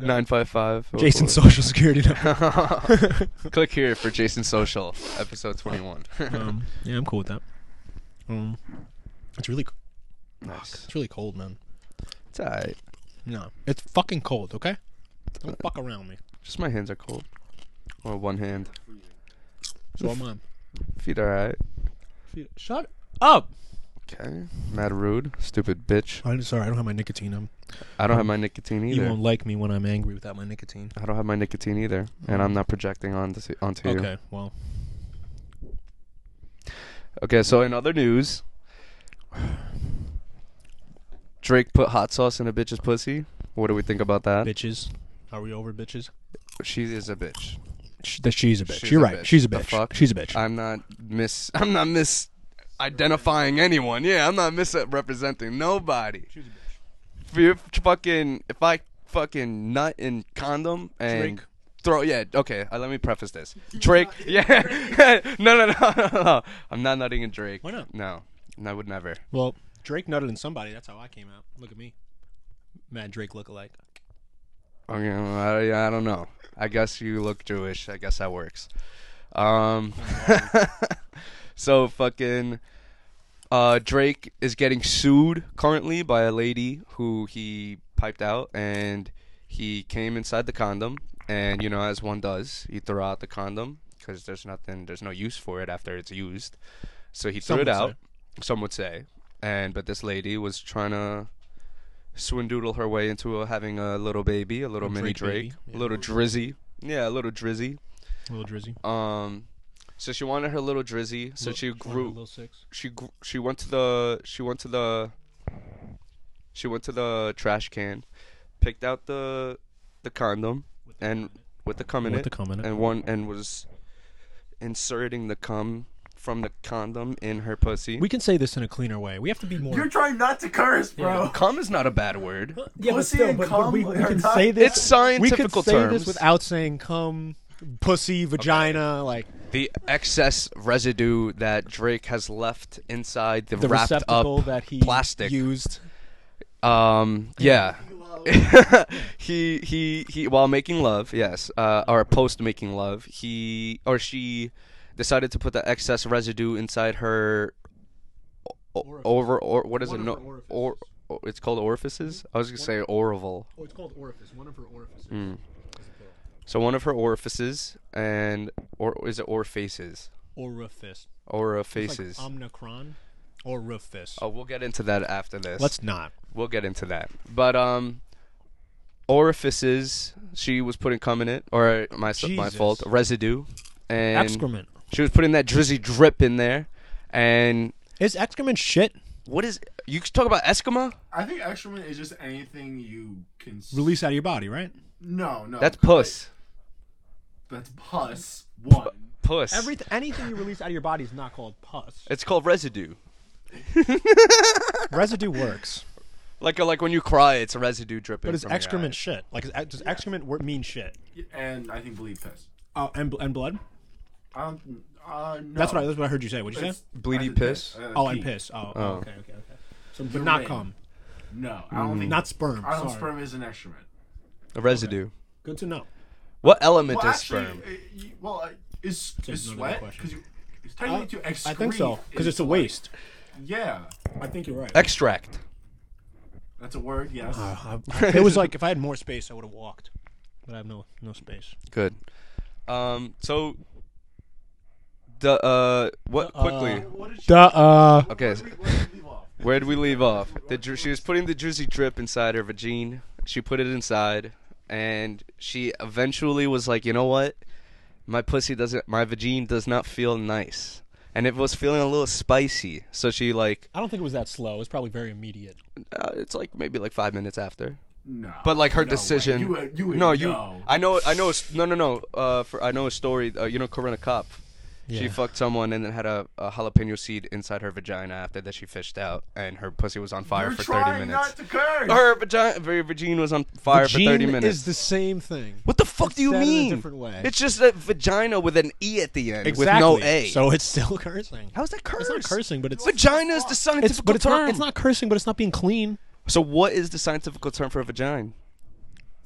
B: nine five five?
A: Jason's social security number.
B: Click here for Jason Social, episode twenty one.
A: um, yeah, I'm cool with that. Um, it's really
B: nice.
A: it's really cold, man.
B: It's alright.
A: No, it's fucking cold. Okay, don't fuck around me.
B: Just my hands are cold. Or one hand.
A: So am I.
B: Feet alright.
A: Shut up.
B: Okay. Mad rude. Stupid bitch.
A: I'm sorry. I don't have my nicotine. I'm,
B: I don't have my nicotine
A: you
B: either.
A: won't like me when I'm angry without my nicotine.
B: I don't have my nicotine either, and I'm not projecting onto onto you.
A: Mm. Okay. Well,
B: Okay, so in other news, Drake put hot sauce in a bitch's pussy. What do we think about that?
A: bitches. Are we over bitches?
B: She is a bitch.
A: Sh- that she's a bitch.
B: She's
A: You're
B: a
A: right.
B: bitch.
A: She's a
B: The
A: bitch.
B: fuck?
A: She's a bitch.
B: I'm not mis. I'm not mis. Identifying anyone. Yeah, I'm not misrepresenting nobody.
A: she's a bitch.
B: If you fucking, if I fucking nut in condom and
A: Drake.
B: throw, yeah, okay. Uh, let me preface this. Drake, yeah, no, no, no, no, no. I'm not nutting in Drake.
A: Why not?
B: No, no, I would never.
A: Well, Drake nutted in somebody. That's how I came out. Look at me. Mad Drake lookalike.
B: Okay, well, I, I don't know. I guess you look Jewish. I guess that works. Um, so fucking uh, Drake is getting sued currently by a lady who he piped out, and he came inside the condom, and you know as one does, he threw out the condom because there's nothing, there's no use for it after it's used. So he
A: Some
B: threw it
A: would
B: out. Some would say, and but this lady was trying to swindoodle her way into a, having a little baby, a little mini
A: Drake
B: Drake,
A: baby,
B: a little drizzy. Yeah, a little drizzy.
A: Little Drizzy.
B: Um, so she wanted her little drizzy. So
A: Lil-
B: she
A: wanted a
B: grew.
A: Lil Six.
B: She gr- she went to the she went to the she went to the trash can, picked out the the condom and with the cum in
A: With
B: it,
A: the cum in it.
B: and one and was inserting the cum from the condom in her pussy.
A: We can say this in a cleaner way. We have to be more.
C: You're trying not to curse, bro.
B: cum is not a bad word.
A: yeah, but
C: pussy
A: still,
C: and
A: but, but we,
C: cum
A: we
C: are
A: can
C: not-
A: say this.
B: It's scientifical
A: We could say
B: terms.
A: this without saying cum, pussy, vagina, like
B: the excess residue that Drake has left inside the,
A: the
B: wrapped
A: receptacle
B: up
A: that he
B: plastic.
A: used.
B: um, yeah. he he he. While making love, yes, uh, or post making love, he or she decided to put the excess residue inside her o- over or what is
A: One
B: it?
A: of her
B: No, or, or it's called orifices. I was gonna say orival.
A: Oh, it's called orifice. One of her orifices.
B: Hmm. So one of her orifices and or is it orifaces?
A: Orifice. It's
B: Orifaces.
A: Like Omnicron. Orifice.
B: oh, we'll get into that after this.
A: Let's not.
B: we'll get into that. But um, orifices. She was putting cum in it, or my my
A: Jesus.
B: fault, residue, and
A: Excrement.
B: she was putting that drizzy drip in there. And
A: Is excrement shit?
B: what is you talk about Eskimo?
C: I think excrement is just anything you can s-
A: Release out of your body, right?
C: No, no.
B: That's puss.
C: That's pus. One.
B: Puss.
A: Everything, anything you release out of your body is not called pus.
B: it's called residue.
A: Residue works,
B: Like uh, like when you cry, it's residue dripping.
A: but is
B: from your
A: excrement
B: eye.
A: shit? Like, is, ex- does excrement wor- mean shit?
C: And I think bleed piss.
A: Oh, and, bl- and blood.
C: I don't. Uh, no.
A: That's what I. That's what I heard you say. What you say?
C: It's-
B: Bleedy
C: I think
B: piss?
C: Uh,
A: Oh, and
C: pee.
A: piss. Oh, oh, okay, okay, okay. So, but
C: You're
A: not
C: right.
A: cum,
C: No, I
B: Mm-hmm.
C: don't think.
A: not sperm.
C: I don't
A: sorry.
C: sperm is an excrement.
B: A residue.
A: Good to know.
B: What element
C: Well,
B: is
C: actually,
B: sperm?
C: uh, you- well, uh, is is
A: another
C: sweat?
A: question. Uh,
C: Because you it's technically to excrete.
A: I think so
C: is
A: because it's a
C: sweat.
A: waste.
C: Yeah,
A: I think you're right.
B: Extract.
C: That's a word. Yes.
A: Uh, I- it was like if I had more space, I would have walked, but I have no no space.
B: Good. Um. So. The uh. What quickly?
C: what did she?
A: Duh. Uh,
B: okay.
C: Where
B: s-
C: did we, where did we leave off?
B: Where did we leave off? The, dri- she was putting the juicy drip inside her vagine. She put it inside, and she eventually was like, "You know what? My pussy doesn't. My vagine does not feel nice." And it was feeling a little spicy, so she like,
A: I don't think it was that slow. It was probably very immediate.
B: uh, it's like maybe like five minutes after.
C: No.
B: But like her
C: no way.
B: decision.
C: You would- you would
B: no, you.
C: know.
B: I know. I know. a s- No, no, no. Uh, for I know a story. Uh, you know, Corinna Cop. She
A: Yeah.
B: fucked someone and then had a, a jalapeno seed inside her vagina after that she fished out, and her pussy was on fire
C: You're
B: for thirty
C: trying
B: minutes.
C: not to curse.
B: Her vagina, her vagina was on fire for 30
A: Vagine
B: minutes.
A: is the same thing.
B: what the fuck
A: It's
B: do you
A: said in a
B: mean?
A: different way.
B: It's just a vagina with an E at the end,
A: Exactly.
B: with no A.
A: So it's still cursing.
B: How's that curse?
A: It's not cursing, but it's
B: Vagina is the scientific
A: it's but it's
B: term.
A: not, it's not cursing, but it's not being clean.
B: So what is the scientific term for a vagina?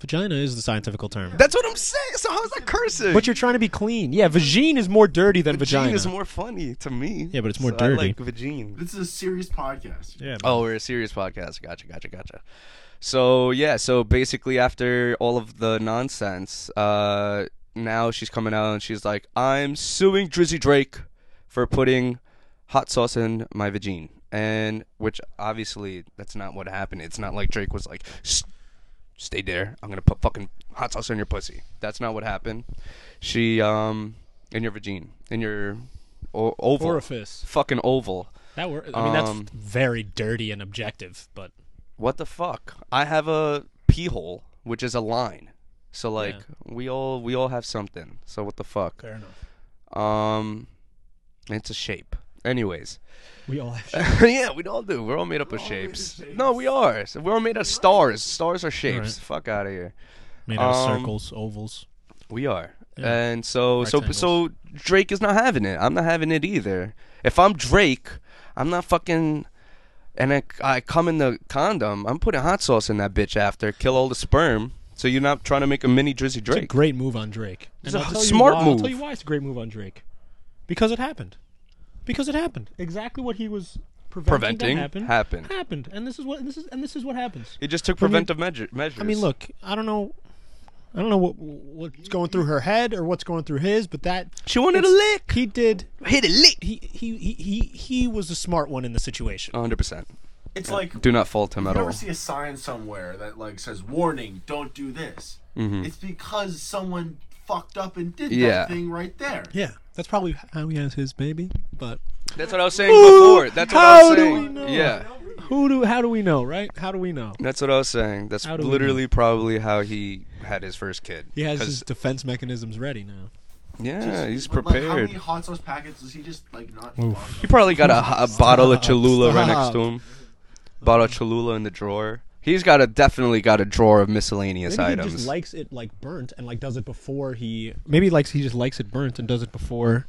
A: Vagina is the scientific term.
B: That's what I'm saying. So how's that cursing?
A: but you're trying to be clean. Yeah, vagine is more dirty than
B: vagina
A: vagina.
B: is more funny to me.
A: Yeah, but it's more
B: So
A: dirty.
B: I like vagina.
C: This is a serious podcast.
A: yeah.
B: Oh, we're a serious podcast. Gotcha, gotcha, gotcha. So yeah, so basically after all of the nonsense, uh, now she's coming out and she's like, "I'm suing Drizzy Drake for putting hot sauce in my vagine," and which obviously that's not what happened. It's not like Drake was like, "S- "Stay there, I'm gonna put fucking hot sauce in your pussy." That's not what happened. She um in your vagine, in your o- oval,
A: Orifice.
B: fucking oval.
A: That word. I mean, that's
B: Um,
A: very dirty and objective, but
B: what the fuck? I have a pee hole, which is a line. So like we all we all have something. So what the fuck?
A: fair enough.
B: Um, it's a shape. Anyways,
A: We all have.
B: yeah, we all do. We're all made up of shapes. No, we are. So we're all made of stars. Stars are shapes. Fuck out of here.
A: Made out of
B: Um,
A: circles, ovals.
B: We are. And so so
A: Rectangles.
B: so Drake is not having it. I'm not having it either. If I'm Drake, I'm not fucking and I, I come in the condom, I'm putting hot sauce in that bitch after, kill all the sperm. So you're not trying to make a mini
A: It's
B: Drizzy
A: a
B: Drake.
A: great move on Drake.
B: It's
A: And
B: a
A: I'll tell you
B: smart
A: why-
B: move.
A: I'll tell you why it's a great move on Drake. Because it happened. Because it happened. Exactly what he was preventing,
B: Preventing
A: to happen,
B: happened.
A: Happened. And this is what this is and this is what happens.
B: He just took
A: I mean-
B: preventive measure, measures.
A: I mean, look, I don't know I don't know what what's going through her head or what's going through his, but that
B: She wanted a
A: it's-
B: lick.
A: He did.
B: Hit a lick.
A: He he he he, he was the smart one in the situation.
B: 100%.
C: It's like
B: Do not fault him at
C: you
B: all.
C: ever see a sign somewhere that like says "Warning: Don't do this." It's because someone fucked up and did
B: Mm-hmm. Yeah.
C: that thing right there.
A: Yeah, that's probably how he has his baby. But
B: That's what I was saying before. That's what I
A: how
B: was
A: do
B: saying.
A: we know?
B: Yeah.
A: who do how do we know, right? How do we know?
B: That's what I was saying. That's
A: How do we know?
B: literally probably how he had his first kid.
A: He has
B: 'Cause-
A: his defense mechanisms ready now.
B: Yeah, he's
C: But, like, how
B: prepared.
C: many hot sauce packets does he just like not?
B: He probably got a, a bottle of Cholula right next to
A: Stop.
B: him. Bottle of Cholula in the drawer. He's got a definitely got a drawer of miscellaneous
A: Maybe
B: items.
A: he just likes it like burnt and like does it before he maybe he likes he just likes it burnt and does it before.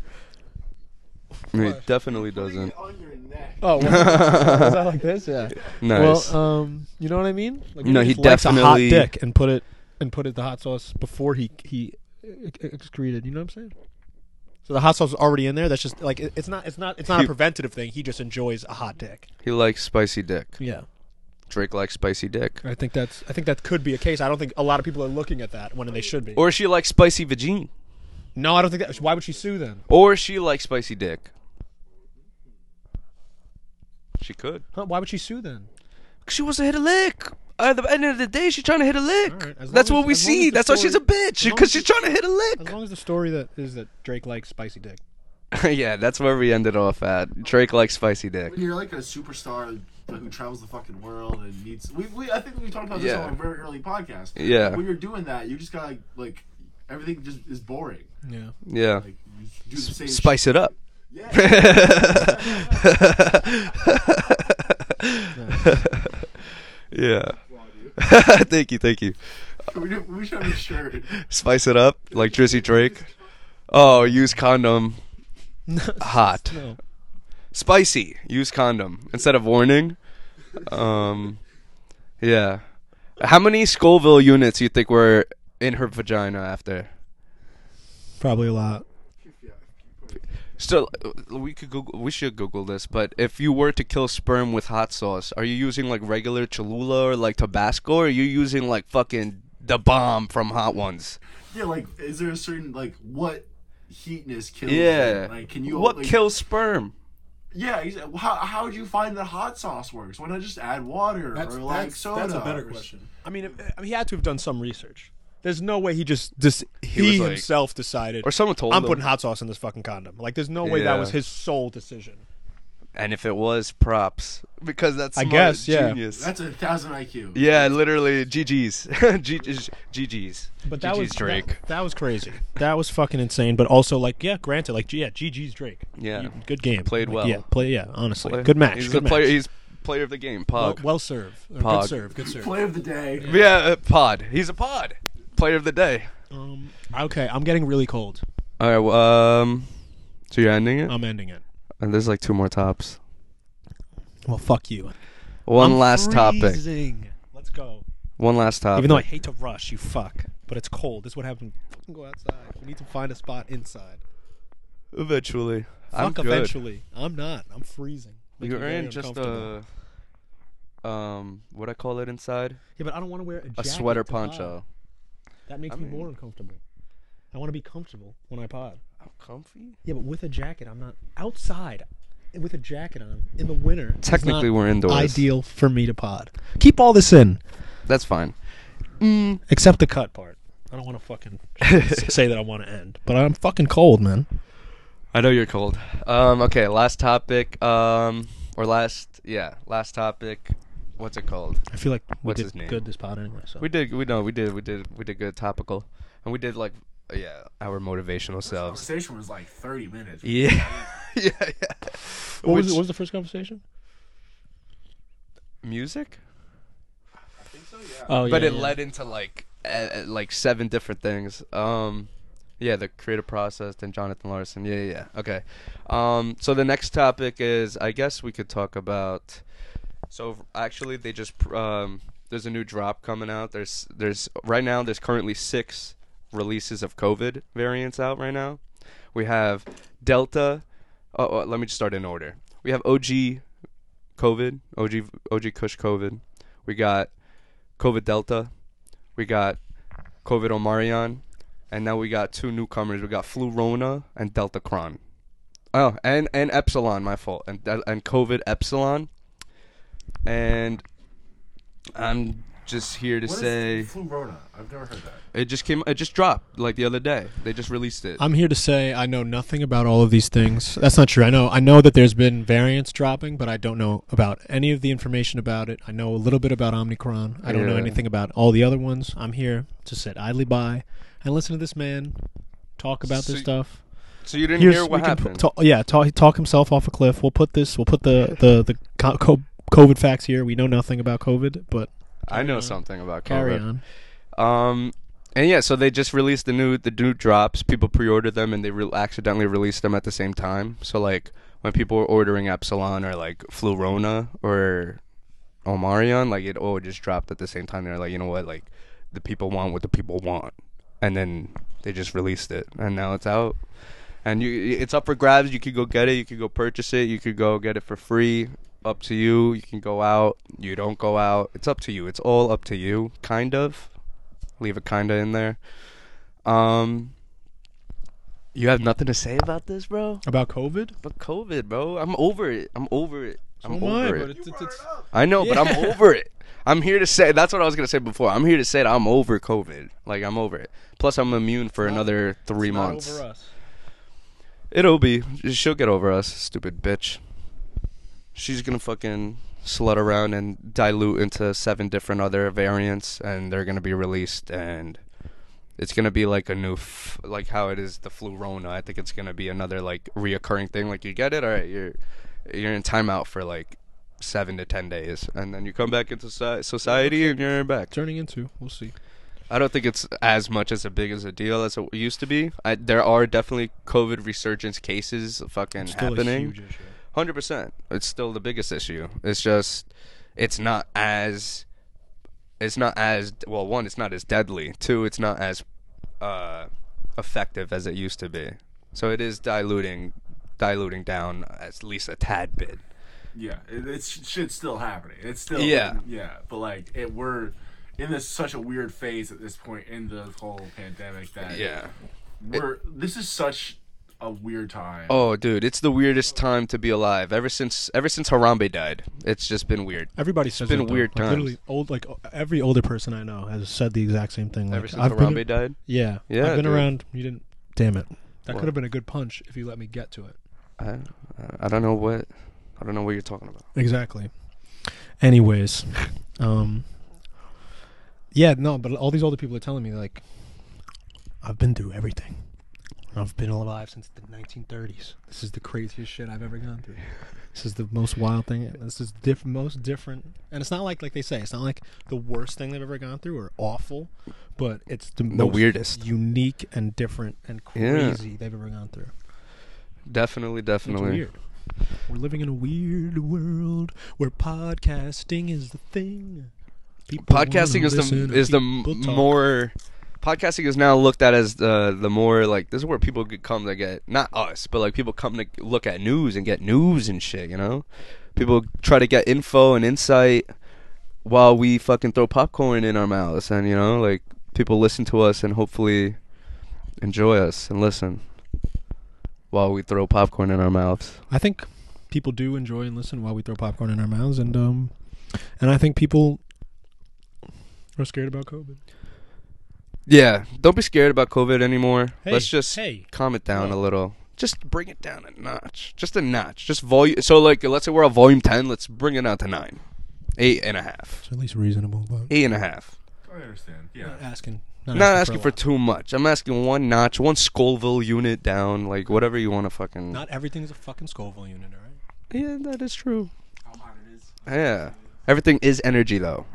B: he definitely doesn't.
C: on your neck.
A: Oh, well, is that like this? Yeah.
B: Nice.
A: Well, um, you know what I mean? Like,
B: No, he
A: just likes a hot
B: definitely-
A: dick and put it and put it the hot sauce before he he ex- excreted. You know what I'm saying? So the hot sauce is already in there. That's just like it, it's not it's not it's not
B: He-
A: a preventative thing. He just enjoys a hot dick.
B: he likes spicy dick.
A: Yeah.
B: Drake likes spicy dick.
A: I think that's I think that could be a case. I don't think a lot of people are looking at that when they should be.
B: Or she likes spicy vagine.
A: no, I don't think that. Why would she sue then?
B: Or she likes spicy dick. She could.
A: Huh, why would she sue then?
B: She wants to hit a lick. At the end of the day, she's trying to hit a lick.
A: Alright, as
B: That's
A: long
B: what
A: as- as long
B: we
A: as
B: see.
A: the
B: That's why she's a
A: story-
B: bitch.
A: as long
B: Because
A: as
B: she's
A: the-
B: trying to hit a
A: As
B: lick.
A: long as the story that is that Drake likes spicy dick.
B: yeah, that's where we ended off at. Drake likes spicy dick.
C: When you're like a superstar who travels the fucking world and needs, we, we I think we talked about this
B: Yeah.
C: on a very early podcast.
B: Yeah.
C: When you're doing that, you just gotta like everything just is boring.
A: Yeah.
B: Yeah.
C: Like you just do the same. shit.
B: Spice it up.
C: Yeah.
B: yeah. thank you, thank you.
C: we, do- we should have a shirt.
B: Spice it up like Drizzy Drake. Oh, use condom. Hot.
A: No.
B: Spicy. Use condom instead of warning. Um, yeah. How many Scoville units you think were in her vagina after?
A: Probably a lot.
B: So uh, we could Google. We should Google this. But if you were to kill sperm with hot sauce, are you using like regular Cholula or like Tabasco, or are you using like fucking the bomb from Hot Ones?
C: Yeah, like is there a certain like what heatness kills?
B: Yeah.
C: it? Like can you
B: what
C: like,
B: kills sperm?
C: Yeah, exa- how how would you find that hot sauce works? Why not just add water
E: That's,
C: or like
E: that's,
C: soda?
E: that's a better
C: or-
E: question.
A: I mean, it- I mean, he had to have done some research. There's no way he just dis- he,
B: was like-
A: himself decided.
B: Or someone told
A: I'm
B: him.
A: putting hot sauce in this fucking condom. Like, there's no way
B: Yeah.
A: that was his sole decision.
B: And if it was props, because that's
A: I
B: smart,
A: guess, yeah.
B: genius.
C: That's a thousand IQ.
B: yeah, literally GG's, GG's, GG's.
A: But that
B: GG's
A: was
B: Drake.
A: That, that was crazy. That was fucking insane. But also, like, yeah, granted, like, yeah, GG's Drake.
B: Yeah.
A: You- good game.
B: Played
A: Like,
B: well.
A: Yeah, play. Yeah, honestly,
B: Play-
A: good match.
B: He's
A: good
B: a player.
A: match.
B: He's player of the game.
A: well,
B: Pog.
A: well serve. Or
B: Pog.
A: Good serve. Good serve.
C: Play of the day.
B: yeah, uh, pod. He's a pod. Player of the day.
A: Um, okay, I'm getting really cold.
B: All right. Well, um. So you're ending it.
A: I'm ending it.
B: and there's like two more tops.
A: Well, fuck you.
B: One
A: I'm
B: last topic.
A: freezing. Let's go.
B: One last topic.
A: Even though I hate to rush, you fuck. But it's cold. This is what happened. Fucking go outside. We need to find a spot inside.
B: eventually, I'm
A: Fuck
B: good.
A: eventually. I'm not. I'm freezing. Makes me
B: You're
A: very
B: in just
A: uncomfortable.
B: a. Um, what I call it inside?
A: Yeah, but I don't want to wear a,
B: A
A: jacket
B: sweater
A: to pod.
B: poncho.
A: That makes
B: I
A: me
B: mean-
A: more uncomfortable. I want to be comfortable when I pod.
B: I'm comfy.
A: Yeah, but with a jacket, I'm not outside with a jacket on in the winter. is
B: Technically,
A: not
B: we're indoors.
A: ideal for me to pod. Keep all this in
B: That's fine.
A: except the cut part. I don't want to fucking s- say that I want to end, but I'm fucking cold, man.
B: I know you're cold. Um, okay, last topic. Um, or last, yeah, last topic. What's it called?
A: I feel like we
B: What's
A: did
B: his name?
A: good this pod anyway. So
B: We did. We know. We did. We did. We did good topical, and we did like, yeah, our motivational selves.
C: Conversation was like thirty minutes.
B: Yeah. yeah. Yeah.
A: what, was,
B: Which-
A: what was the first conversation?
B: music?
C: I think so. Yeah.
A: Oh,
B: but it led into like uh, like seven different things. Um, yeah, the creative process, then Jonathan Larson. Yeah, yeah, yeah. Okay. Um, so the next topic is, I guess we could talk about. So actually, they just pr- um, there's a new drop coming out. There's there's right now there's currently six releases of COVID variants out right now. We have Delta. Oh, oh, let me just start in order. We have OG COVID, OG OG Kush COVID. We got COVID Delta, we got COVID Omarion, and now we got two newcomers. We got Flu Rona and Delta Cron. Oh, and and Epsilon, my fault, and Del- and COVID Epsilon. And I'm just here to
C: What is
B: say
C: flu rona? I've never heard that.
B: it just came. It just dropped like the other day. They just released it.
A: I'm here to say I know nothing about all of these things. That's not true. I know I know that there's been variants dropping, but I don't know about any of the information about it. I know a little bit about Omicron. I don't know
B: Yeah.
A: anything about all the other ones. I'm here to sit idly by and listen to this man talk about
B: So
A: this
B: y-
A: stuff.
B: so you didn't
A: Here's-
B: hear
A: we
B: what
A: can p-
B: happened.
A: ta- yeah, talk, talk himself off a cliff. We'll put this. We'll put the the the co- co- COVID facts here. We know nothing about COVID, but
B: I know something about
A: carry
B: COVID.
A: on.
B: Um, and yeah, so they just released the new the new drops. People pre-ordered them, and they re- accidentally released them at the same time. So like when people were ordering Epsilon or like Flurona or Omarion, like it all just dropped at the same time. They're like, you know what, like the people want what the people want, and then they just released it, and now it's out. And you, it's up for grabs. You could go get it. You could go purchase it. You could go get it for free. Up to you. You can go out. You don't go out. It's up to you. It's all up to you, kind of leave a kinda in there. Um, you have nothing to say about this, bro?
A: About COVID?
B: But COVID, bro, I'm over it. I'm over it. I'm
A: am I,
B: over
A: but
B: it.
A: it's- it's- it's-
B: I know, but I'm over it. I'm here to say. That's what I was gonna say before. I'm here to say that I'm over COVID. Like I'm over it. Plus, I'm immune for another three
A: not
B: months.
A: over us.
B: It'll be. She'll get over us, stupid bitch. She's gonna fucking slut around and dilute into seven different other variants, and they're gonna be released, and it's gonna be like a new, f- like how it is the flu rona. I think it's gonna be another like reoccurring thing. Like you get it, all right, you're you're in timeout for like seven to ten days, and then you come back into soci- society and you're back.
A: Turning into, we'll see.
B: I don't think it's as much as a big as a deal as it used to be. I, there are definitely COVID resurgence cases fucking
A: Still a
B: happening.
A: huge issue.
B: Hundred percent. It's still the biggest issue. It's just, it's not as, it's not as well. One, it's not as deadly. Two, it's not as, uh, effective as it used to be. So it is diluting diluting down at least a tad bit.
C: Yeah, it, it's shit's still happening. It's still
B: Yeah.
C: yeah. But like, it we're in this such a weird phase at this point in the whole pandemic that
B: Yeah.
C: we're this is such a weird time.
B: Oh, dude, it's the weirdest time to be alive. Ever since ever since Harambe died, it's just been weird.
A: Everybody says
B: been
A: it, though.
B: weird
A: Like,
B: times.
A: literally, old like o- every older person I know has said the exact same thing. Like,
B: Ever since
A: I've
B: Harambe
A: been,
B: died.
A: yeah,
B: Yeah,
A: I've been
B: dude.
A: around. You didn't. Damn it. That
B: What?
A: could have been a good punch if you let me get to it.
B: I, I don't know what I don't know what you're talking about.
A: Exactly. Anyways, um, yeah, no, but all these older people are telling me like, I've been through everything. I've been alive since the 1930s. This is the craziest shit I've ever gone through. This is the most wild thing. This is diff- most different, and it's not like like they say. It's not like the worst thing they've ever gone through or awful, but it's the, most
B: weirdest.
A: unique and different and
B: Yeah.
A: crazy they've ever gone through.
B: Definitely,
A: It's
B: definitely.
A: weird. We're living in a weird world where podcasting is the thing. People
B: Podcasting
A: wanna
B: is
A: listen
B: the
A: to
B: is the m-
A: people talk.
B: more podcasting is now looked at as the the more like this is where people could come to get not us but like people come to look at news and get news and shit. You know, people try to get info and insight while we fucking throw popcorn in our mouths and you know like people listen to us and hopefully enjoy us and listen while we throw popcorn in our mouths.
A: I think people do enjoy and listen while we throw popcorn in our mouths, and um, and I think people are scared about COVID.
B: Yeah, don't be scared about COVID anymore.
A: Hey,
B: Let's just
A: hey.
B: calm it down
A: Whoa.
B: a little. Just bring it down a notch. Just a notch. Just volume. So like, let's say we're on volume ten. Let's bring it out to nine, eight and a half,
A: It's at least reasonable, but
B: eight and a half.
C: I understand. Yeah,
A: not asking.
B: Not asking for
A: a lot.
B: too much. I'm asking one notch, one Scoville unit down, like whatever you want to fucking.
A: Not everything's a fucking Scoville unit, all right?
B: yeah, that is true.
C: how hot it is.
B: Yeah, everything is energy though.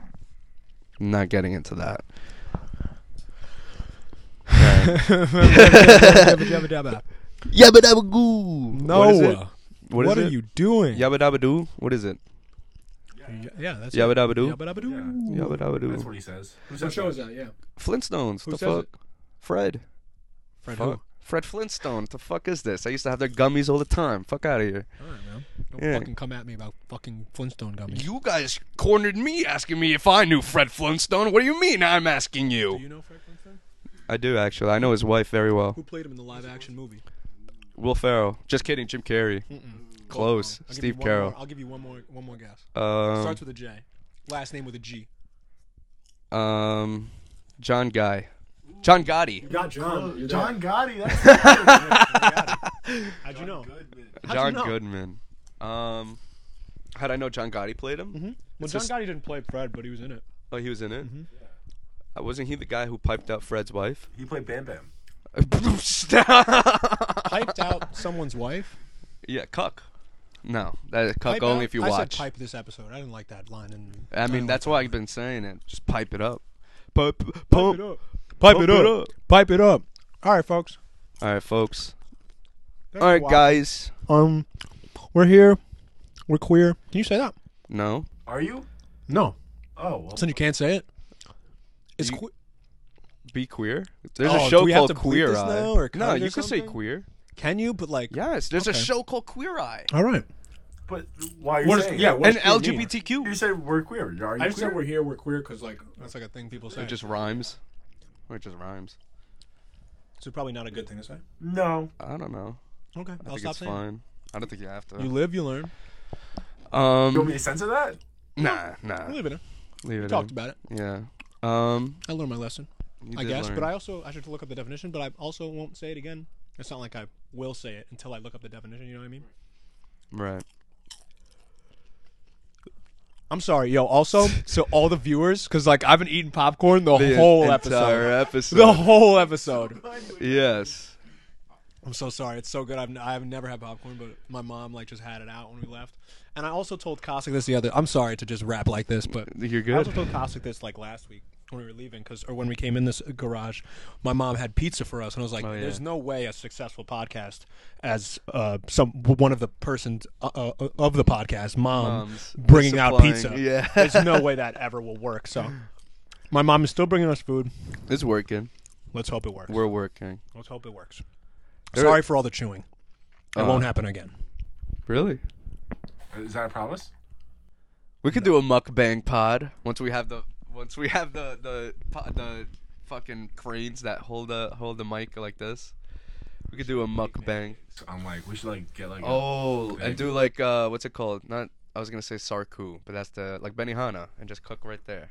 B: I'm not getting into that. Yabba dabba goo.
A: No,
B: What is it? What, is
A: are
B: it?
A: you doing?
B: Yabba dabba doo. What is it?
A: Y- Yeah, that's
B: Yabba
A: it.
B: dabba doo.
A: Yabba dabba doo.
C: Yeah.
B: Yabba dabba doo.
C: That's what he says. Who says
A: that? Yeah.
B: Flintstones.
A: Who
B: the
A: says
B: fuck?
A: it?
B: Fred.
A: Fred
B: Fuck. Fred Flintstone. The fuck is this? I used to have their gummies all the time. Fuck out of here.
A: All right, man. Don't
B: Yeah.
A: fucking come at me about fucking Flintstone gummies.
B: You guys cornered me asking me if I knew Fred Flintstone. What do you mean I'm asking you?
A: know Fred Flintstone?
B: I do actually. I know his wife very well.
A: Who played him in the live action movie?
B: Will Ferrell. Just kidding. Jim Carrey. Close.
A: I'll give you
B: Steve
A: one
B: Carroll.
A: more- I'll give you one more one more guess.
B: Um,
A: Starts with a J. Last name with a G.
B: um, John Guy. John Gotti.
A: Got
C: John, Um, John Gotti. That's
A: How'd you know?
C: good. man.
A: How'd you
B: John
A: know?
B: Goodman. Um, how'd I know John Gotti played him?
A: Well,
B: It's
A: John
B: just-
A: Gotti didn't play Fred, but he was in it.
B: Oh, he was in
A: Mm-hmm.
B: it. Uh, wasn't he the guy who piped out Fred's wife?
C: He played Bam Bam.
B: Stop.
A: Piped out someone's wife.
B: Yeah, cuck. No, that cuck
A: Pipe out?
B: only if you
A: I
B: watch.
A: said pipe this episode. I didn't like that line. And
B: I mean, that's why I've been saying it. Just pipe it up. Pipe, pump,
A: pipe it up. Pipe
B: pump
A: it up. Pipe it up. All right, folks.
B: All right, folks.
A: Thanks
B: All
A: for
B: right,
A: watching.
B: guys.
A: Um, we're here. We're queer. Can you say that?
B: No,
C: Are you?
A: No.
C: Oh, well,
A: Son, you can't say it. It's
B: You-
A: que-
B: be queer. There's
A: Oh,
B: a
A: do
B: show
A: we have
B: called
A: to bleep
B: Queer
A: this
B: Eye.
A: now or cut
B: no,
A: it or
B: you can say
A: something?
B: queer.
A: can you? But like,
B: Yes, there's
A: Okay.
B: a show called Queer Eye.
A: All right.
C: but why are you
A: What is-
C: saying?
A: yeah,
C: that?
A: what-
B: And
A: does queer mean?
B: LGBTQ.
C: you said we're queer. Are you
A: I just
C: queer?
A: said we're here. We're queer because like that's like a thing people say.
B: It just rhymes. Or it just rhymes.
A: so probably not a good thing to say.
C: no.
B: I don't know.
A: Okay,
B: I
A: will
B: think
A: stop
B: it's
A: saying. it.
B: fine. I don't think you have to.
A: You live, you learn.
C: You want me
B: um,
C: to censor that?
B: nah, nah.
A: I live in it.
B: Leave it.
A: Talked
B: in.
A: about it.
B: Yeah. Um,
A: I learned my lesson,
B: you
A: I
B: did
A: guess.
B: learn.
A: But I also I should look up the definition. But I also won't say it again. It's not like I will say it until I look up the definition. You know what I mean?
B: right.
A: I'm sorry, yo. Also, so all the viewers, because like I've been eating popcorn the, whole
B: entire
A: episode,
B: episode.
A: the whole episode.
B: Yes.
A: I'm so sorry. It's so good. I've, n- I've never had popcorn, but my mom like just had it out when we left. And I also told Cossack this the other. I'm sorry to just rap like this, but
B: You're
A: I also
B: good.
A: told Cossack this like last week when we were leaving, because or when we came in this garage, my mom had pizza for us, and I was like,
B: Oh, yeah.
A: "There's no way a successful podcast as uh, some one of the persons uh, uh, of the podcast, mom,
B: Moms.
A: bringing out
B: Supplying-
A: pizza.
B: yeah.
A: there's no way that ever will work. So, my mom is still bringing us food.
B: It's working.
A: Let's hope it works.
B: We're working.
A: Let's hope it works.
B: There-
A: Sorry for all the chewing. It
B: Uh.
A: won't happen again.
B: Really?
C: Is that a promise?
B: We could do a mukbang pod once we have the once we have the the po- the fucking cranes that hold the hold the mic like this. We could do a mukbang.
C: So I'm like, we should like get like. a-
B: Oh,
C: Okay.
B: and do like uh, what's it called? Not I was gonna say sarku, but that's the like benihana, and just cook right there.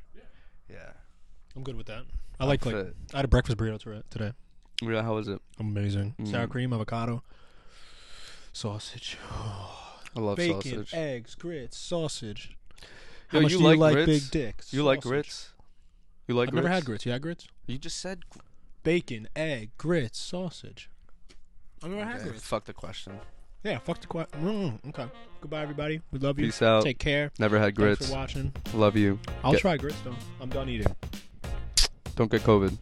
B: Yeah.
A: I'm good with that. I like like
B: fit.
A: I had a breakfast burrito to- today.
B: Yeah. How was it?
A: Amazing. Sour
B: Mm.
A: cream, avocado, sausage,
B: I love
A: bacon,
B: sausage.
A: eggs, grits, sausage. How
B: Yo,
A: much
B: you
A: do you
B: like
A: like
B: grits?
A: big dicks?
B: You like
A: Sausage.
B: grits? You like
A: I've
B: grits?
A: never had grits. You had grits?
B: You just said. gr-
A: Bacon, egg, grits, sausage. I've never had
B: Okay,
A: grits.
B: Fuck the question.
A: Yeah, fuck the question. Mm, okay. Goodbye, everybody. We love you.
B: Peace out.
A: Take care.
B: Never had
A: Thanks
B: grits.
A: for watching.
B: Love you.
A: I'll
B: Get-
A: try grits though. I'm done eating.
B: Don't get COVID.